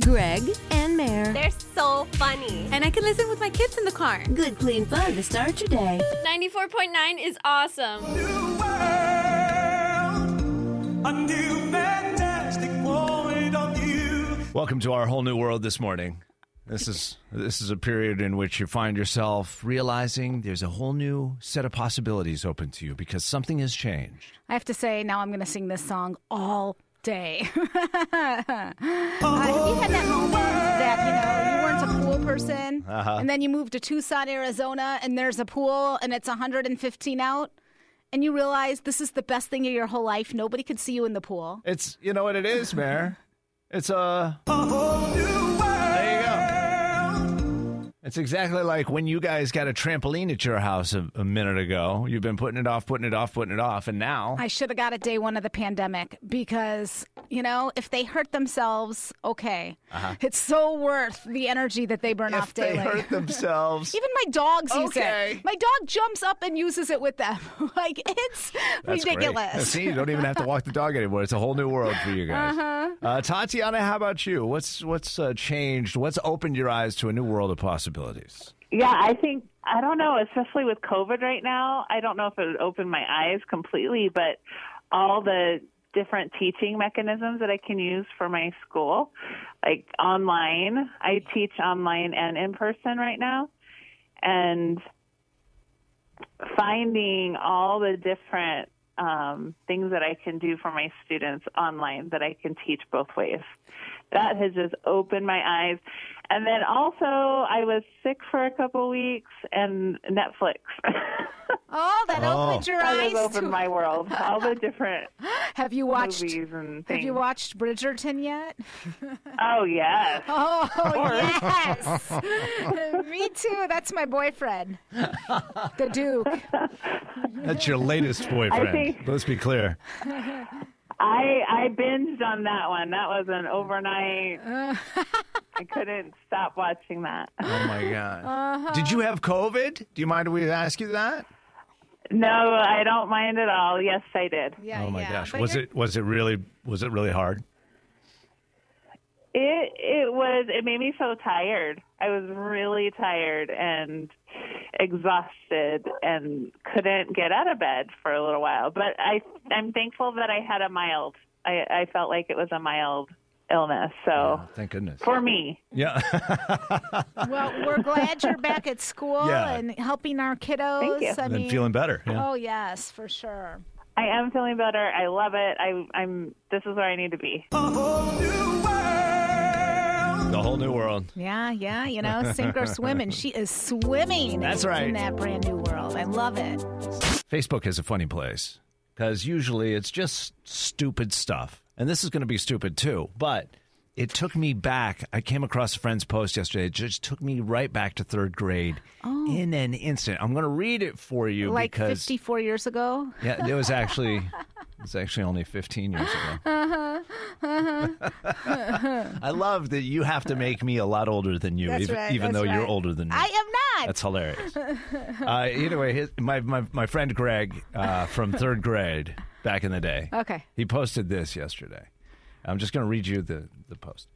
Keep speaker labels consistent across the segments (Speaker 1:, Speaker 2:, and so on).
Speaker 1: Greg, and Mare.
Speaker 2: They're so funny.
Speaker 3: And I can listen with my kids in the car.
Speaker 1: Good, clean fun to start your day.
Speaker 4: 94.9 is awesome.
Speaker 5: Welcome to our whole new world this morning. This is this is a period in which you find yourself realizing there's a whole new set of possibilities open to you because something has changed.
Speaker 3: I have to say, now I'm going to sing this song all day. uh, have you had that moment that, you know, you weren't a pool person
Speaker 5: Uh-huh.
Speaker 3: and then you moved to Tucson, Arizona, and there's a pool and it's 115 out, and you realize this is the best thing of your whole life. Nobody could see you in the pool.
Speaker 5: It's you know what it is, Mayor. It's uh, a, There you go. It's exactly like when you guys got a trampoline at your house a, a minute ago. You've been putting it off, putting it off, putting it off, and now
Speaker 3: I should have got it day one of the pandemic because, you know, if they hurt themselves, okay. It's so worth the energy that they burn
Speaker 5: Uh-huh. if
Speaker 3: off
Speaker 5: they
Speaker 3: daily.
Speaker 5: hurt themselves.
Speaker 3: Even my dogs use
Speaker 5: Okay.
Speaker 3: it. My dog jumps up and uses it with them. like it's
Speaker 5: That's great.
Speaker 3: ridiculous.
Speaker 5: See, you don't even have to walk the dog anymore. It's a whole new world for you guys. Uh-huh. Tatiana, how about you? What's what's uh, changed? What's opened your eyes to a new world of possibilities?
Speaker 6: Yeah, I think I don't know, especially with COVID right now. I don't know if it would open my eyes completely, but all the different teaching mechanisms that I can use for my school, like online. I teach online and in person right now, and finding all the different um, things that I can do for my students online that I can teach both ways. That has just opened my eyes. And then also, I was sick for a couple weeks, and Netflix
Speaker 3: Oh, that
Speaker 5: Oh.
Speaker 3: opened your
Speaker 6: that has
Speaker 3: eyes. To-
Speaker 6: opened my world. All the different
Speaker 3: have you watched?
Speaker 6: movies and
Speaker 3: Have
Speaker 6: things.
Speaker 3: you watched Bridgerton yet?
Speaker 6: oh yes.
Speaker 3: Oh yes, me too. That's my boyfriend, the Duke.
Speaker 5: That's your latest boyfriend.
Speaker 6: I think-
Speaker 5: Let's be clear.
Speaker 6: I I binged on that one. That was an overnight. I couldn't stop watching that.
Speaker 5: Oh my god! Did you have COVID? Do you mind if we ask you that?
Speaker 6: No, I don't mind at all. Yes, I did.
Speaker 3: Yeah,
Speaker 5: oh my
Speaker 3: yeah.
Speaker 5: gosh!
Speaker 3: But
Speaker 5: Was
Speaker 3: you're-
Speaker 5: it was it really was it really hard?
Speaker 6: It it was it made me so tired. I was really tired and exhausted and couldn't get out of bed for a little while. But I I'm thankful that I had a mild. I I felt like it was a mild illness. So
Speaker 5: Oh, thank goodness.
Speaker 6: for me,
Speaker 5: Yeah.
Speaker 3: Well, we're glad you're back at school
Speaker 5: Yeah.
Speaker 3: and helping our kiddos.
Speaker 6: Thank you.
Speaker 3: I
Speaker 5: and then
Speaker 3: mean,
Speaker 5: feeling better. Yeah.
Speaker 3: oh yes, for sure.
Speaker 6: I am feeling better. I love it. I I'm this is where I need to be.
Speaker 5: The whole new world.
Speaker 3: Yeah, yeah, you know, sink or swim, and she is swimming.
Speaker 5: That's right.
Speaker 3: In that brand new world, I love it.
Speaker 5: Facebook is a funny place because usually it's just stupid stuff. And this is going to be stupid too, but it took me back. I came across a friend's post yesterday. It just took me right back to third grade in an instant. I'm going to read it for you
Speaker 3: Oh. Like
Speaker 5: because
Speaker 3: 54 years ago,
Speaker 5: yeah, it was actually it was actually only 15 years ago. I love that you have to make me a lot older than you,
Speaker 3: That's
Speaker 5: even,
Speaker 3: right,
Speaker 5: even
Speaker 3: that's
Speaker 5: though you're
Speaker 3: right.
Speaker 5: older than me.
Speaker 3: I am not.
Speaker 5: That's hilarious. uh, either way, his, my, my my friend Greg uh, from third grade back in the day.
Speaker 3: Okay.
Speaker 5: He posted this yesterday. I'm just going to read you the the post.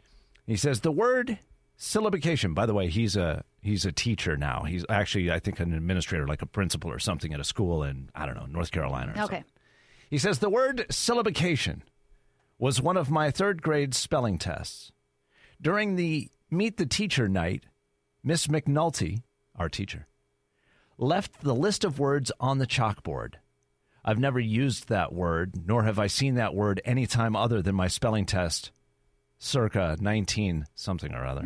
Speaker 5: He says the word syllabication. By the way, he's a he's a teacher now. He's actually I think an administrator, like a principal or something at a school in I don't know North Carolina. Or
Speaker 3: okay.
Speaker 5: something. He says the word syllabication was one of my third grade spelling tests. During the Meet the Teacher night, Miss McNulty, our teacher, left the list of words on the chalkboard. I've never used that word, nor have I seen that word any time other than my spelling test, circa 19 something or other.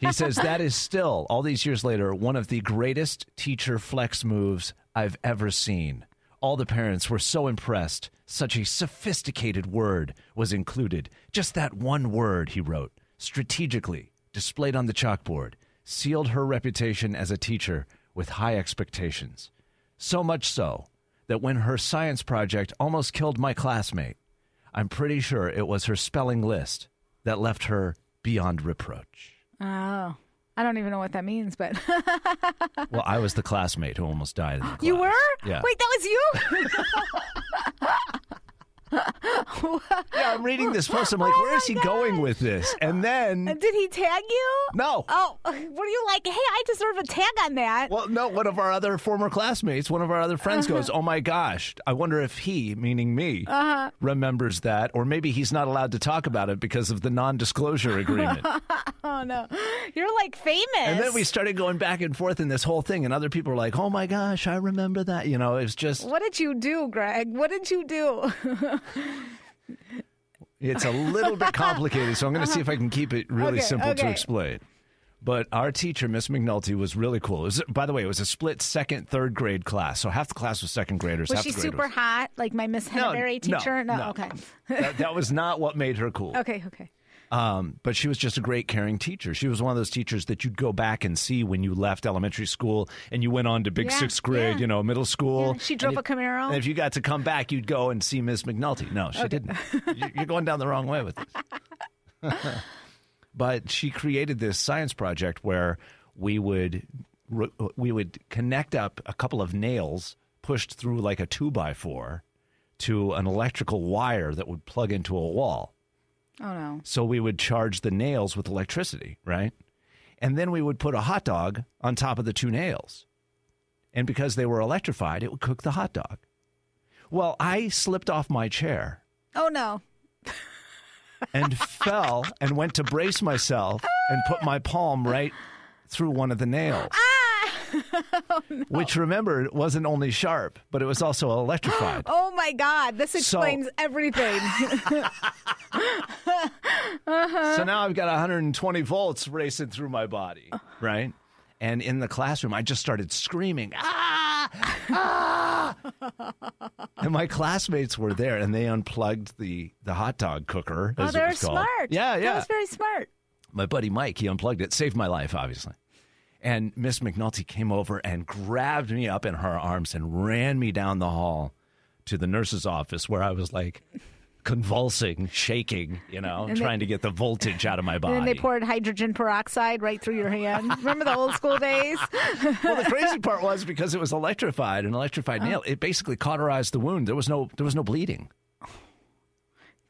Speaker 5: he says that is still, all these years later, one of the greatest teacher flex moves I've ever seen. All the parents were so impressed. Such a sophisticated word was included. Just that one word, he wrote, strategically displayed on the chalkboard, sealed her reputation as a teacher with high expectations. So much so that when her science project almost killed my classmate, I'm pretty sure it was her spelling list that left her beyond reproach.
Speaker 3: Oh, I don't even know what that means, but
Speaker 5: Well, I was the classmate who almost died in the class.
Speaker 3: you were?
Speaker 5: Yeah.
Speaker 3: Wait, that was you?
Speaker 5: Yeah, I'm reading this post. I'm like, where is he going with this? And then,
Speaker 3: Did he tag you?
Speaker 5: no.
Speaker 3: Oh, were you like, hey, I deserve a tag on that?
Speaker 5: Well, no, one of our other former classmates, one of our other friends goes, Oh my gosh, I wonder if he, meaning me, remembers that, or maybe he's not allowed to talk about it because of the non disclosure agreement.
Speaker 3: Oh no, you're like famous.
Speaker 5: and then we started going back and forth in this whole thing, and other people were like, Oh my gosh, I remember that. You know, it's just,
Speaker 3: What did you do, Greg? What did you do?
Speaker 5: it's a little bit complicated. So I'm going to see if I can keep it really
Speaker 3: Okay,
Speaker 5: simple to
Speaker 3: okay.
Speaker 5: explain. But our teacher, Miss McNulty, was really cool. It was, by the way, it was a split second, third grade class. So half the class was second graders.
Speaker 3: Was
Speaker 5: half
Speaker 3: she
Speaker 5: the grade
Speaker 3: super hot, like my Miss Henneberry teacher?
Speaker 5: no.
Speaker 3: okay,
Speaker 5: that, that was not what made her cool.
Speaker 3: okay, okay.
Speaker 5: Um, but she was just a great, caring teacher. She was one of those teachers that you'd go back and see when you left elementary school and you went on to big
Speaker 3: Yeah,
Speaker 5: sixth grade,
Speaker 3: yeah.
Speaker 5: you know, middle school.
Speaker 3: Yeah, she drove
Speaker 5: And
Speaker 3: a Camaro.
Speaker 5: And if you got to come back, you'd go and see Miss McNulty. No, she didn't. You- You're going down the wrong way with this. but she created this science project where we would re- we would connect up a couple of nails pushed through like a two by four to an electrical wire that would plug into a wall.
Speaker 3: Oh no.
Speaker 5: So we would charge the nails with electricity, right? And then we would put a hot dog on top of the two nails. And because they were electrified, it would cook the hot dog. Well, I slipped off my chair
Speaker 3: Oh no.
Speaker 5: and fell and went to brace myself and put my palm right through one of the nails. Which remember, it wasn't only sharp, but it was also electrified.
Speaker 3: Oh my God. This explains everything. Uh-huh.
Speaker 5: So now I've got 120 volts racing through my body, right? And in the classroom, I just started screaming, ah, ah. and my classmates were there and they unplugged the, the hot dog cooker.
Speaker 3: oh,
Speaker 5: as it
Speaker 3: they're
Speaker 5: was called.
Speaker 3: smart.
Speaker 5: Yeah, yeah
Speaker 3: That was very smart.
Speaker 5: my buddy Mike, he unplugged it, saved my life, obviously. And Miss McNulty came over and grabbed me up in her arms and ran me down the hall to the nurse's office where I was like convulsing, shaking, you know, trying to get the voltage out of my body.
Speaker 3: And then they poured hydrogen peroxide right through your hand. Remember the old school days?
Speaker 5: well, the crazy part was because it was electrified, an
Speaker 3: Uh-huh.
Speaker 5: electrified nail, it basically cauterized the wound. There was no there was no bleeding.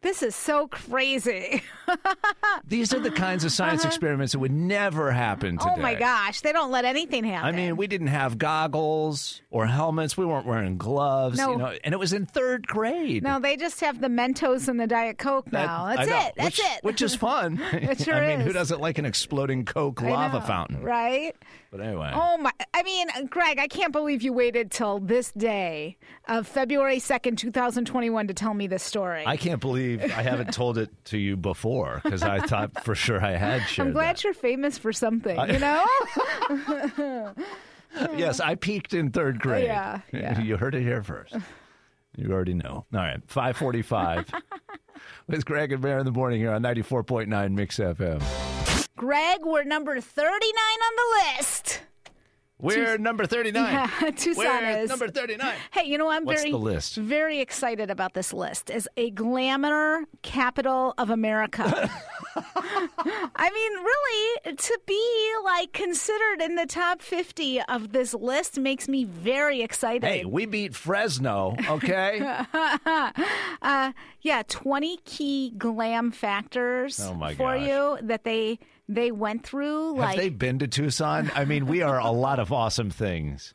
Speaker 3: This is so crazy.
Speaker 5: These are the kinds of science experiments that would never happen today.
Speaker 3: Uh-huh. Oh my gosh. They don't let anything happen.
Speaker 5: I mean, we didn't have goggles or helmets. We weren't wearing gloves.
Speaker 3: No.
Speaker 5: You know, and it was in third grade.
Speaker 3: no, they just have the Mentos and the Diet Coke
Speaker 5: That-
Speaker 3: now.
Speaker 5: I
Speaker 3: That's
Speaker 5: know,
Speaker 3: it. That's
Speaker 5: which,
Speaker 3: it.
Speaker 5: Which is fun.
Speaker 3: sure
Speaker 5: I mean, who
Speaker 3: is.
Speaker 5: doesn't like an exploding Coke
Speaker 3: I
Speaker 5: lava
Speaker 3: know,
Speaker 5: fountain?
Speaker 3: Right?
Speaker 5: But anyway.
Speaker 3: Oh my! I mean, Greg, I can't believe you waited till this day of February second, two thousand twenty-one, to tell me this story.
Speaker 5: I can't believe I haven't told it to you before because I thought for sure I had shared.
Speaker 3: am glad
Speaker 5: that.
Speaker 3: you're famous for something, you know.
Speaker 5: yes, I peaked in third grade.
Speaker 3: Oh, Yeah, yeah.
Speaker 5: You heard it here first. You already know. All right, 545 with Greg and Bear in the morning here on 94.9 Mix FM.
Speaker 3: Greg, we're number thirty-nine on the list.
Speaker 5: We're number 39.
Speaker 3: Yeah, Tucson
Speaker 5: We're
Speaker 3: is.
Speaker 5: number 39.
Speaker 3: Hey, you know I'm
Speaker 5: What's
Speaker 3: very
Speaker 5: the list?
Speaker 3: very excited about this list. Is a glamour capital of America. I mean, really, to be like considered in the top fifty of this list makes me very excited.
Speaker 5: Hey, we beat Fresno, okay?
Speaker 3: Uh, Yeah, 20 key glam factors
Speaker 5: Oh my
Speaker 3: for
Speaker 5: gosh.
Speaker 3: you that they they went through
Speaker 5: Have
Speaker 3: like
Speaker 5: they been to Tucson? I mean, we are a lot of awesome things.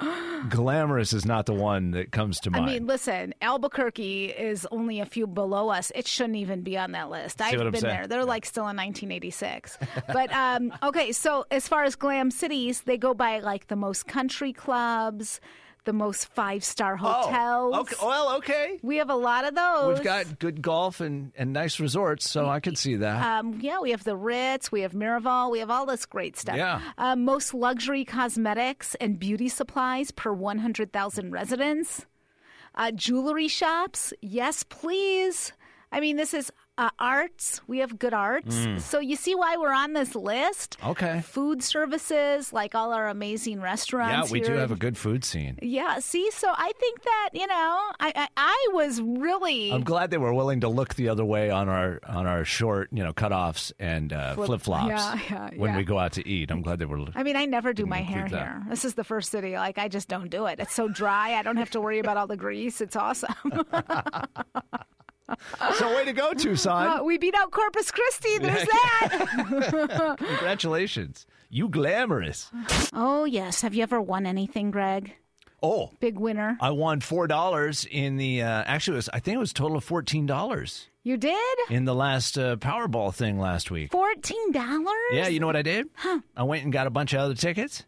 Speaker 5: Glamorous is not the one that comes to
Speaker 3: I
Speaker 5: mind.
Speaker 3: mean, listen, Albuquerque is only a few below us. It shouldn't even be on that list. I've
Speaker 5: what I'm
Speaker 3: been
Speaker 5: saying?
Speaker 3: there. They're like still in 1986. but um, okay, so as far as glam cities, they go by like the most country clubs, the most five star hotels.
Speaker 5: Oh, okay. Well, okay.
Speaker 3: We have a lot of those.
Speaker 5: We've got good golf and, and nice resorts, so I can see that.
Speaker 3: Um, yeah, we have the Ritz, we have Miraval, we have all this great stuff.
Speaker 5: Yeah.
Speaker 3: Uh, most luxury cosmetics and beauty supplies per 100,000 residents. Uh, jewelry shops, yes, please. I mean, this is uh, arts. We have good arts. So you see why we're on this list?
Speaker 5: Mm. okay.
Speaker 3: Food services, like all our amazing
Speaker 5: Yeah,
Speaker 3: restaurants.
Speaker 5: we do
Speaker 3: here
Speaker 5: have a
Speaker 3: in-
Speaker 5: good food scene.
Speaker 3: Yeah, see, so I think that, you know, I, I, I was really.
Speaker 5: I'm glad they were willing to look the other way on our on our short, you know, cutoffs and uh, flip flops
Speaker 3: yeah, yeah,
Speaker 5: when
Speaker 3: yeah.
Speaker 5: we go out to eat. I'm glad they were.
Speaker 3: I mean, I never do my hair
Speaker 5: include that.
Speaker 3: here. This is the first city. Like, I just don't do it. It's so dry. I don't have to worry about all the grease. It's awesome.
Speaker 5: So way to go, Tucson.
Speaker 3: Uh, we beat out Corpus Christi. There's that.
Speaker 5: Congratulations. You glamorous.
Speaker 3: Oh, yes. Have you ever won anything, Greg?
Speaker 5: Oh,
Speaker 3: Big winner.
Speaker 5: I won $4 in the, uh, actually, it was, I think it was a total of $14
Speaker 3: You did?
Speaker 5: in the last uh, Powerball thing last week.
Speaker 3: $14?
Speaker 5: Yeah, you know what I did? I went and got a bunch of other tickets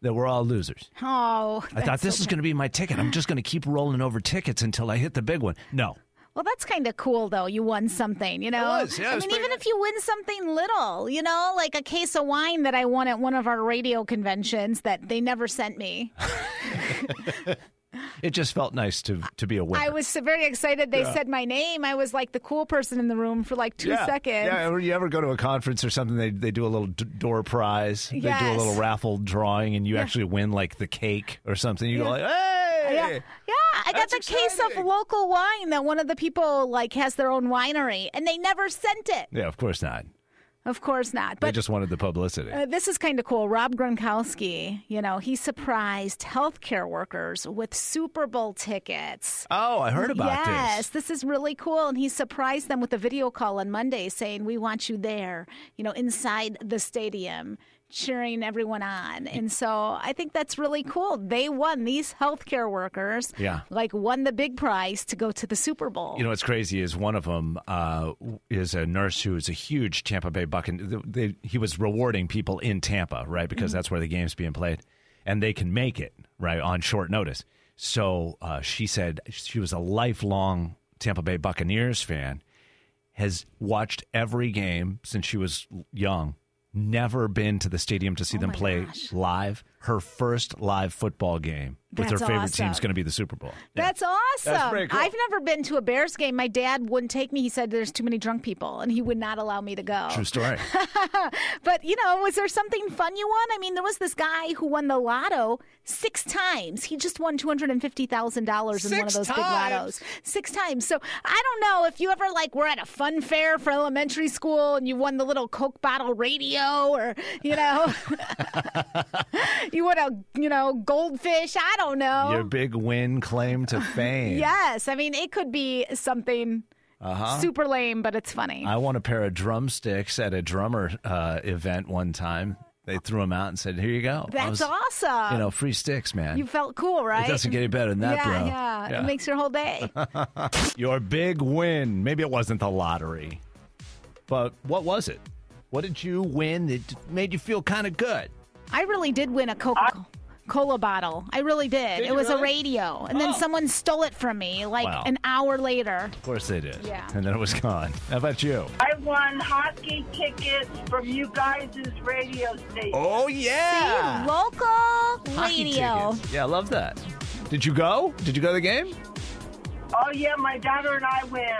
Speaker 5: that were all losers.
Speaker 3: Oh,
Speaker 5: I thought this is going to be my ticket. I'm just going to keep rolling over tickets until I hit the big one. No.
Speaker 3: well, that's kind of cool, though. You won something, you know?
Speaker 5: was, yeah, it
Speaker 3: I
Speaker 5: was
Speaker 3: mean,
Speaker 5: pretty
Speaker 3: even
Speaker 5: good.
Speaker 3: if you win something little, you know, like a case of wine that I won at one of our radio conventions that they never sent me.
Speaker 5: It just felt nice to to be a winner.
Speaker 3: I was so very excited they said my name. I was like the cool person in the room for like two
Speaker 5: yeah.
Speaker 3: seconds.
Speaker 5: Yeah, or you ever go to a conference or something, they, they do a little d- door prize. They do a
Speaker 3: Yes.
Speaker 5: little raffle drawing, and you actually win like the cake or something. You go like, hey!
Speaker 3: Yeah, yeah. I got
Speaker 5: That's
Speaker 3: the case
Speaker 5: exciting.
Speaker 3: of local wine that one of the people like has their own winery, and they never sent it.
Speaker 5: Yeah, of course not.
Speaker 3: Of course not.
Speaker 5: they
Speaker 3: But
Speaker 5: just wanted the publicity.
Speaker 3: uh, this is kind of cool. Rob Gronkowski, you know, he surprised healthcare workers with Super Bowl tickets.
Speaker 5: oh, I heard about
Speaker 3: yes,
Speaker 5: this.
Speaker 3: this is really cool. And he surprised them with a video call on Monday saying, We want you there, you know, inside the stadium, cheering everyone on. And so I think that's really cool. They won, these healthcare workers,
Speaker 5: Yeah.
Speaker 3: like, won the big prize to go to the Super Bowl.
Speaker 5: You know what's crazy is one of them uh, is a nurse who is a huge Tampa Bay Buccaneer. They, he was rewarding people in Tampa, right? Because
Speaker 3: Mm-hmm.
Speaker 5: that's where the game's being played, and they can make it right on short notice. So uh, she said she was a lifelong Tampa Bay Buccaneers fan, has watched every game since she was young. Never been to the stadium to see them
Speaker 3: Oh my
Speaker 5: play
Speaker 3: gosh.
Speaker 5: live. Her first live football game with
Speaker 3: That's
Speaker 5: her favorite team is
Speaker 3: awesome.
Speaker 5: going to be the Super Bowl. Yeah.
Speaker 3: That's awesome.
Speaker 5: pretty cool.
Speaker 3: I've never been to a Bears game. My dad wouldn't take me. He said there's too many drunk people and he would not allow me to go.
Speaker 5: True story.
Speaker 3: But, you know, was there something fun you won? I mean, there was this guy who won the lotto six times. He just won $250,000 in one of
Speaker 5: Six
Speaker 3: those big
Speaker 5: times?
Speaker 3: lottos. Six times. So I don't know if you ever, like, were at a fun fair for elementary school and you won the little Coke bottle radio or, you know, you won a, you know, goldfish. I don't know.
Speaker 5: Your big win claim to fame.
Speaker 3: Yes, I mean it could be something super lame, but it's funny.
Speaker 5: Uh-huh. I won a pair of drumsticks at a drummer uh, event one time. They threw them out and said, "Here you go." I
Speaker 3: That's
Speaker 5: was-
Speaker 3: awesome.
Speaker 5: You know, free sticks, man.
Speaker 3: You felt cool, right?
Speaker 5: it doesn't get any better than that,
Speaker 3: yeah,
Speaker 5: bro.
Speaker 3: yeah,
Speaker 5: Yeah.
Speaker 3: It makes your whole day.
Speaker 5: Your big win. Maybe it wasn't the lottery, but what was it? What did you win that made you feel kind of good?
Speaker 3: I really did win a Coca Cola bottle. I really did.
Speaker 5: Did
Speaker 3: it
Speaker 5: you
Speaker 3: was
Speaker 5: really?
Speaker 3: a radio. And then someone stole it from me like
Speaker 5: Wow.
Speaker 3: an hour later.
Speaker 5: Of course they did.
Speaker 3: Yeah.
Speaker 5: And then it was gone. How about you?
Speaker 2: I won hockey tickets from you guys' radio station.
Speaker 5: Oh yeah.
Speaker 3: Local
Speaker 5: Hockey
Speaker 3: radio.
Speaker 5: tickets. Yeah, I love that. Did you go? Did you go to the game?
Speaker 2: Oh, yeah, my daughter and I went.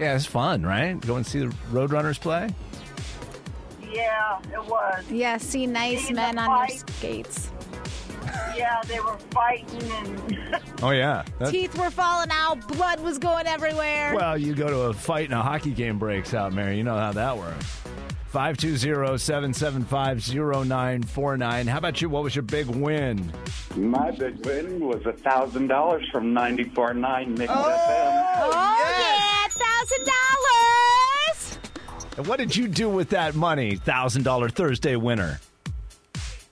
Speaker 5: Yeah, it's fun, right? Go and see the Roadrunners play.
Speaker 2: Yeah, it was.
Speaker 3: Yeah, see nice
Speaker 2: See the
Speaker 3: men on their
Speaker 2: fight.
Speaker 3: skates.
Speaker 2: Yeah, they were fighting and
Speaker 5: Oh yeah.
Speaker 3: Teeth were falling out, blood was going everywhere.
Speaker 5: well, you go to a fight and a hockey game breaks out, Mary. You know how that works. 520-775-0949. How about you? What was your big win?
Speaker 7: My big win was a thousand dollars from ninety four nine Mix FM.
Speaker 3: oh yeah, thousand dollars.
Speaker 5: And what did you do with that money? $1,000 Thursday winner.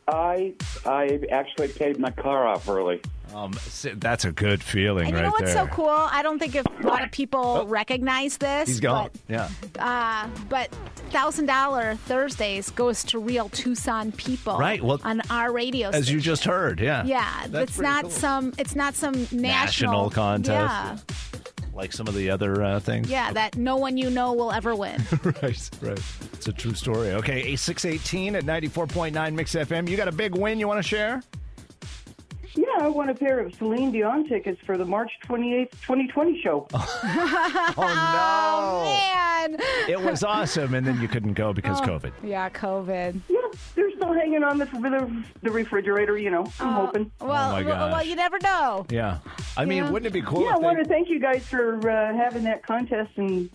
Speaker 7: I I actually paid my car off early.
Speaker 5: Um, si- that's a good feeling
Speaker 3: And
Speaker 5: right
Speaker 3: you know what's
Speaker 5: there. Oh.
Speaker 3: so cool? I don't think if a lot of people recognize this.
Speaker 5: He's gone. yeah.
Speaker 3: But, uh, but thousand dollar Thursdays goes to real Tucson people,
Speaker 5: Right, well,
Speaker 3: on our radio.
Speaker 5: As you
Speaker 3: station.
Speaker 5: just heard, yeah.
Speaker 3: yeah,
Speaker 5: That's
Speaker 3: it's
Speaker 5: pretty
Speaker 3: not
Speaker 5: cool.
Speaker 3: some. It's not some national,
Speaker 5: National contest.
Speaker 3: Yeah,
Speaker 5: like some of the other uh, things.
Speaker 3: yeah, that no one you know will ever win.
Speaker 5: right, right. It's a true story. Okay, a six eighteen at ninety four point nine Mix FM. You got a big win you want to share?
Speaker 8: Yeah, I won a pair of Celine Dion tickets for the March 28th, 2020 show.
Speaker 5: Oh
Speaker 3: Oh,
Speaker 5: no!
Speaker 3: Man,
Speaker 5: it was awesome, and then you couldn't go because
Speaker 3: Oh.
Speaker 5: COVID.
Speaker 3: yeah, COVID.
Speaker 8: Yeah, they're still hanging on the, the, the refrigerator, you know.
Speaker 9: Oh,
Speaker 8: I'm hoping.
Speaker 3: Well,
Speaker 5: Oh my
Speaker 3: well, well,
Speaker 5: gosh.
Speaker 3: you never know.
Speaker 5: Yeah, I mean, wouldn't it be cool?
Speaker 8: Yeah, I
Speaker 5: if they-
Speaker 8: want to thank you guys for uh, having that contest and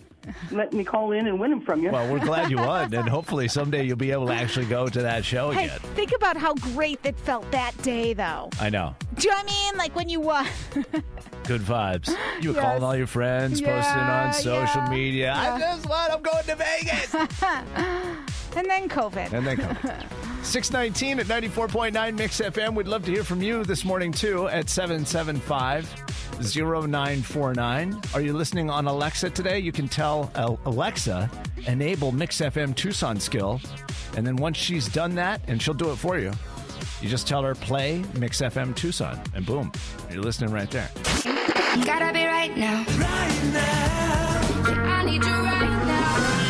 Speaker 8: letting me call in and win them from you.
Speaker 5: well, we're glad you won, and hopefully someday you'll be able to actually go to that show
Speaker 3: Hey,
Speaker 5: again.
Speaker 3: think about how great that felt that day, though.
Speaker 5: I know.
Speaker 3: Do you know what I mean like when you won?
Speaker 5: good vibes. You were
Speaker 3: Yes.
Speaker 5: calling all your friends, posting
Speaker 3: Yeah,
Speaker 5: on social
Speaker 3: yeah,
Speaker 5: media. I just what I'm going to Vegas.
Speaker 3: And then COVID.
Speaker 5: and then come. 619 at 94.9 Mix FM. We'd love to hear from you this morning, too, at 775 0949. Are you listening on Alexa today? You can tell uh, Alexa, enable Mix FM Tucson skill. And then once she's done that, and she'll do it for you, you just tell her, play Mix FM Tucson, and boom, you're listening right there.
Speaker 10: Gotta be right now. I need you right now.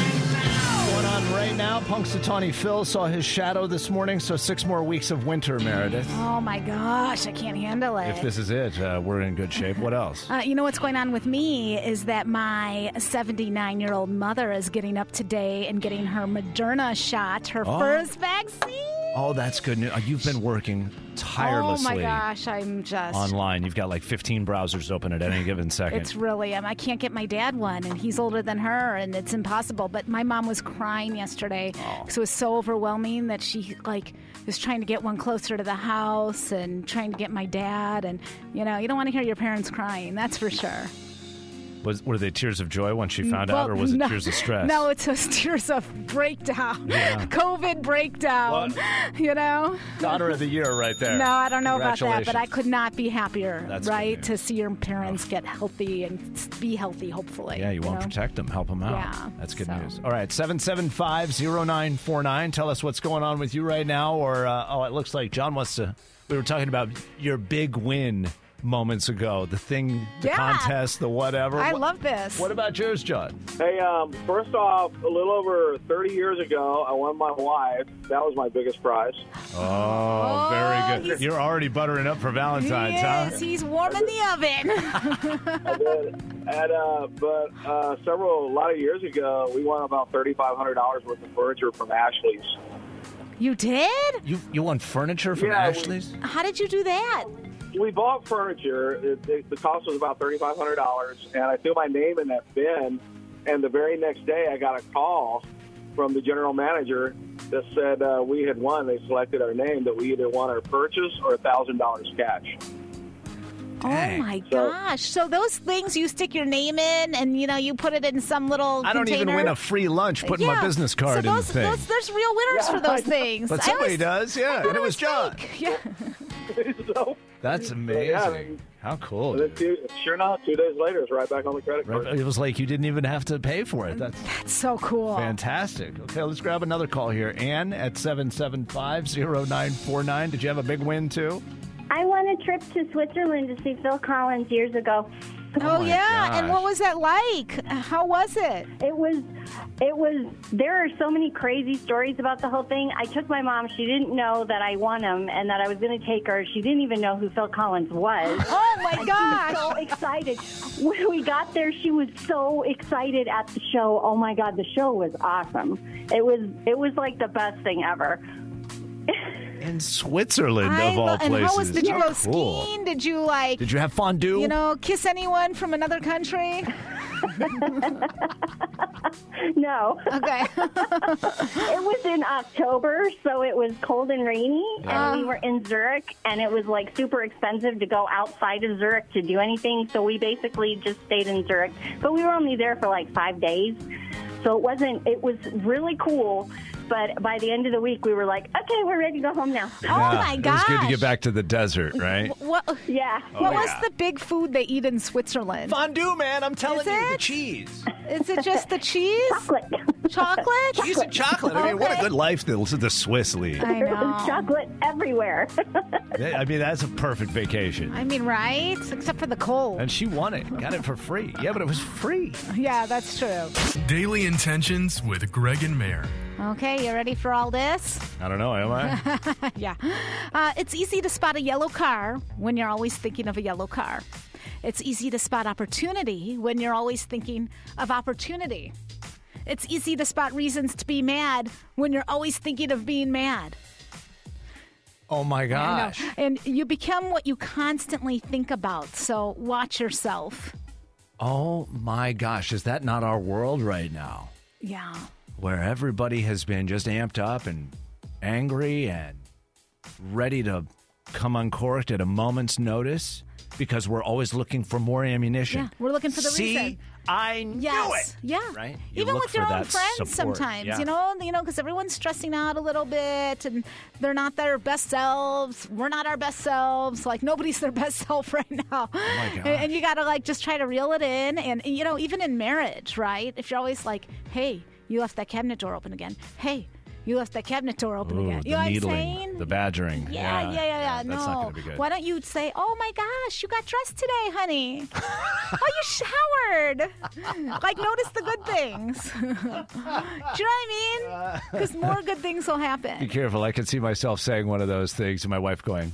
Speaker 5: Going on right now, Punxsutawney Phil saw his shadow this morning, so six more weeks of winter, Meredith.
Speaker 3: Oh my gosh, I can't handle it.
Speaker 5: If this is it, uh, we're in good shape. What else?
Speaker 3: Uh, you know what's going on with me is that my 79 year old mother is getting up today and getting her Moderna shot, her
Speaker 5: Oh.
Speaker 3: first vaccine.
Speaker 5: Oh, that's good news. Uh, You've been working
Speaker 3: Oh
Speaker 5: tirelessly
Speaker 3: my gosh, I'm just.
Speaker 5: online. You've got like 15 browsers open at any given second.
Speaker 3: It's really, um, I can't get my dad one, and he's older than her, and it's impossible. But my mom was crying yesterday because it was so overwhelming that she like was trying to get one closer to the house and trying to get my dad, and you know, you don't want to hear your parents crying, that's for sure.
Speaker 5: was, were they tears of joy when she found out, or
Speaker 3: Well,
Speaker 5: was it
Speaker 3: no-
Speaker 5: tears of stress?
Speaker 3: No, it's just tears of breakdown,
Speaker 5: Yeah.
Speaker 3: COVID breakdown.
Speaker 5: What?
Speaker 3: You know?
Speaker 5: daughter of the year right there.
Speaker 3: No, I don't know about that, but I
Speaker 5: Congratulations.
Speaker 3: could not be happier,
Speaker 5: That's good
Speaker 3: right?
Speaker 5: news. Oh.
Speaker 3: To see your parents get healthy and s- be healthy, hopefully.
Speaker 5: Yeah, you want to
Speaker 3: know?
Speaker 5: protect them, help them out.
Speaker 3: Yeah,
Speaker 5: That's good
Speaker 3: so.
Speaker 5: news. All right, 775 0949. Tell us what's going on with you right now. Or, uh, oh, it looks like John wants to. We were talking about your big win moments ago the thing, the
Speaker 3: Yeah.
Speaker 5: contest, the whatever.
Speaker 3: I
Speaker 5: What-
Speaker 3: love this.
Speaker 5: What about yours, John?
Speaker 11: Hey, um, first off, a little over 30 years ago, I won my wife. That was my biggest prize.
Speaker 5: Oh, very good.
Speaker 3: he's-
Speaker 5: You're already buttering up for
Speaker 3: he
Speaker 5: Valentine's,
Speaker 3: is,
Speaker 5: huh?
Speaker 3: he's warm in the oven.
Speaker 11: And then, and, uh, but uh, several, a lot of years ago, we won about $3,500 worth of furniture from Ashley's.
Speaker 3: you did?
Speaker 5: You you want furniture from
Speaker 11: Yeah, we-
Speaker 5: Ashley's?
Speaker 3: How did you do that?
Speaker 11: We bought furniture. It, it, the cost was about $3,500, and I threw my name in that bin. And the very next day, I got a call from the general manager that said uh, we had won. They selected our name, that we either won our purchase or $1,000 cash.
Speaker 5: Dang.
Speaker 3: Oh my
Speaker 11: So-
Speaker 3: gosh. So those things you stick your name in and you know you put it in some little
Speaker 5: I don't even
Speaker 3: container.
Speaker 5: win a free lunch putting my
Speaker 3: Yeah.
Speaker 5: business card
Speaker 3: so
Speaker 5: in
Speaker 3: those,
Speaker 5: the thing.
Speaker 3: Those, there's real winners for those things.
Speaker 5: but
Speaker 3: I
Speaker 5: somebody
Speaker 3: always-
Speaker 5: does, yeah. And it was John.
Speaker 3: Yeah.
Speaker 11: so,
Speaker 5: That's amazing. How cool.
Speaker 11: and then
Speaker 5: dude.
Speaker 11: two, sure enough, two days later, it's right back on the credit card.
Speaker 5: Right, It was like you didn't even have to pay for it. That's
Speaker 3: That's so cool.
Speaker 5: fantastic. Okay, let's grab another call here. Anne at 775-0949. Did you have a big win too?
Speaker 9: I won a trip to Switzerland to see Phil Collins years ago.
Speaker 3: Oh,
Speaker 5: my
Speaker 3: yeah. And
Speaker 5: gosh.
Speaker 3: what was that like? How was it?
Speaker 9: It was, it was. There are so many crazy stories about the whole thing. I took my mom. She didn't know that I won him and that I was going to take her. She didn't even know who Phil Collins was.
Speaker 3: Oh my
Speaker 9: so
Speaker 3: gosh.
Speaker 9: excited. When we got there, she was so excited at the show. Oh my god, the show was awesome. It was, it was like the best thing ever.
Speaker 5: In Switzerland
Speaker 3: I
Speaker 5: of all
Speaker 3: lo- and
Speaker 5: places.
Speaker 3: how was did you
Speaker 5: How
Speaker 3: go
Speaker 5: cool.
Speaker 3: skiing? Did you like
Speaker 5: Did you have fondue?
Speaker 3: you know, kiss anyone from another country?
Speaker 9: No,
Speaker 3: Okay.
Speaker 9: it was in October, so it was cold and rainy,
Speaker 5: Yeah.
Speaker 9: and we were in Zurich, and it was like super expensive to go outside of Zurich to do anything. So we basically just stayed in Zurich, but we were only there for like five days, so it wasn't. It was really cool, but by the end of the week, we were like, okay, we're ready to go home now.
Speaker 3: oh my
Speaker 5: It
Speaker 3: gosh.
Speaker 5: was good to get back to the desert, right?
Speaker 3: What
Speaker 9: Yeah.
Speaker 3: What was
Speaker 5: yeah.
Speaker 3: the big food they eat in Switzerland?
Speaker 5: Fondue, man. I'm telling
Speaker 3: Is
Speaker 5: you, the
Speaker 3: it?
Speaker 5: cheese.
Speaker 3: Is it just the cheese?
Speaker 9: Chocolate.
Speaker 3: Chocolate?
Speaker 5: Cheese and chocolate. I mean, what a
Speaker 3: Okay.
Speaker 5: good life the, the Swiss lead.
Speaker 3: I
Speaker 9: There was
Speaker 3: know.
Speaker 9: chocolate everywhere.
Speaker 5: I mean, that's a perfect vacation.
Speaker 3: I mean, right? Except for the cold.
Speaker 5: And she won it. Got it for free. Yeah, but it was free.
Speaker 3: Yeah, that's true.
Speaker 12: Daily Intentions with Greg and Mayor.
Speaker 3: Okay, you ready for all this?
Speaker 5: I don't know, am I?
Speaker 3: yeah. Uh, it's easy to spot a yellow car when you're always thinking of a yellow car. It's easy to spot opportunity when you're always thinking of opportunity. It's easy to spot reasons to be mad when you're always thinking of being mad.
Speaker 5: oh my gosh.
Speaker 3: And you become what you constantly think about. So watch yourself.
Speaker 5: Oh my gosh. Is that not our world right now?
Speaker 3: Yeah.
Speaker 5: Where everybody has been just amped up and angry and ready to come uncorked at a moment's notice. because we're always looking for more ammunition.
Speaker 3: Yeah, we're looking for the
Speaker 5: See?
Speaker 3: reason.
Speaker 5: I knew
Speaker 3: yes.
Speaker 5: it.
Speaker 3: Yeah.
Speaker 5: Right? You
Speaker 3: Even
Speaker 5: look
Speaker 3: with your
Speaker 5: for
Speaker 3: own
Speaker 5: that
Speaker 3: friends
Speaker 5: support.
Speaker 3: sometimes,
Speaker 5: Yeah.
Speaker 3: you know, you know, because everyone's stressing out a little bit and they're not their best selves. We're not our best selves. Like nobody's their best self right now.
Speaker 5: Oh
Speaker 3: and, and you gotta like just try to reel it in and you know, even in marriage, right? If you're always like, Hey, you left that cabinet door open again. Hey, you left that cabinet door open
Speaker 5: Ooh,
Speaker 3: again.
Speaker 5: the
Speaker 3: you know
Speaker 5: needling,
Speaker 3: what I'm saying?
Speaker 5: the badgering.
Speaker 3: Yeah, yeah, yeah, yeah. no.
Speaker 5: That's not going to be good.
Speaker 3: Why don't you say, "Oh my gosh, you got dressed today, honey. oh, you showered. like, notice the good things. Do you know what I mean? Because more good things will
Speaker 5: Be
Speaker 3: happen.
Speaker 5: careful. I can see myself saying one of those things and my wife going,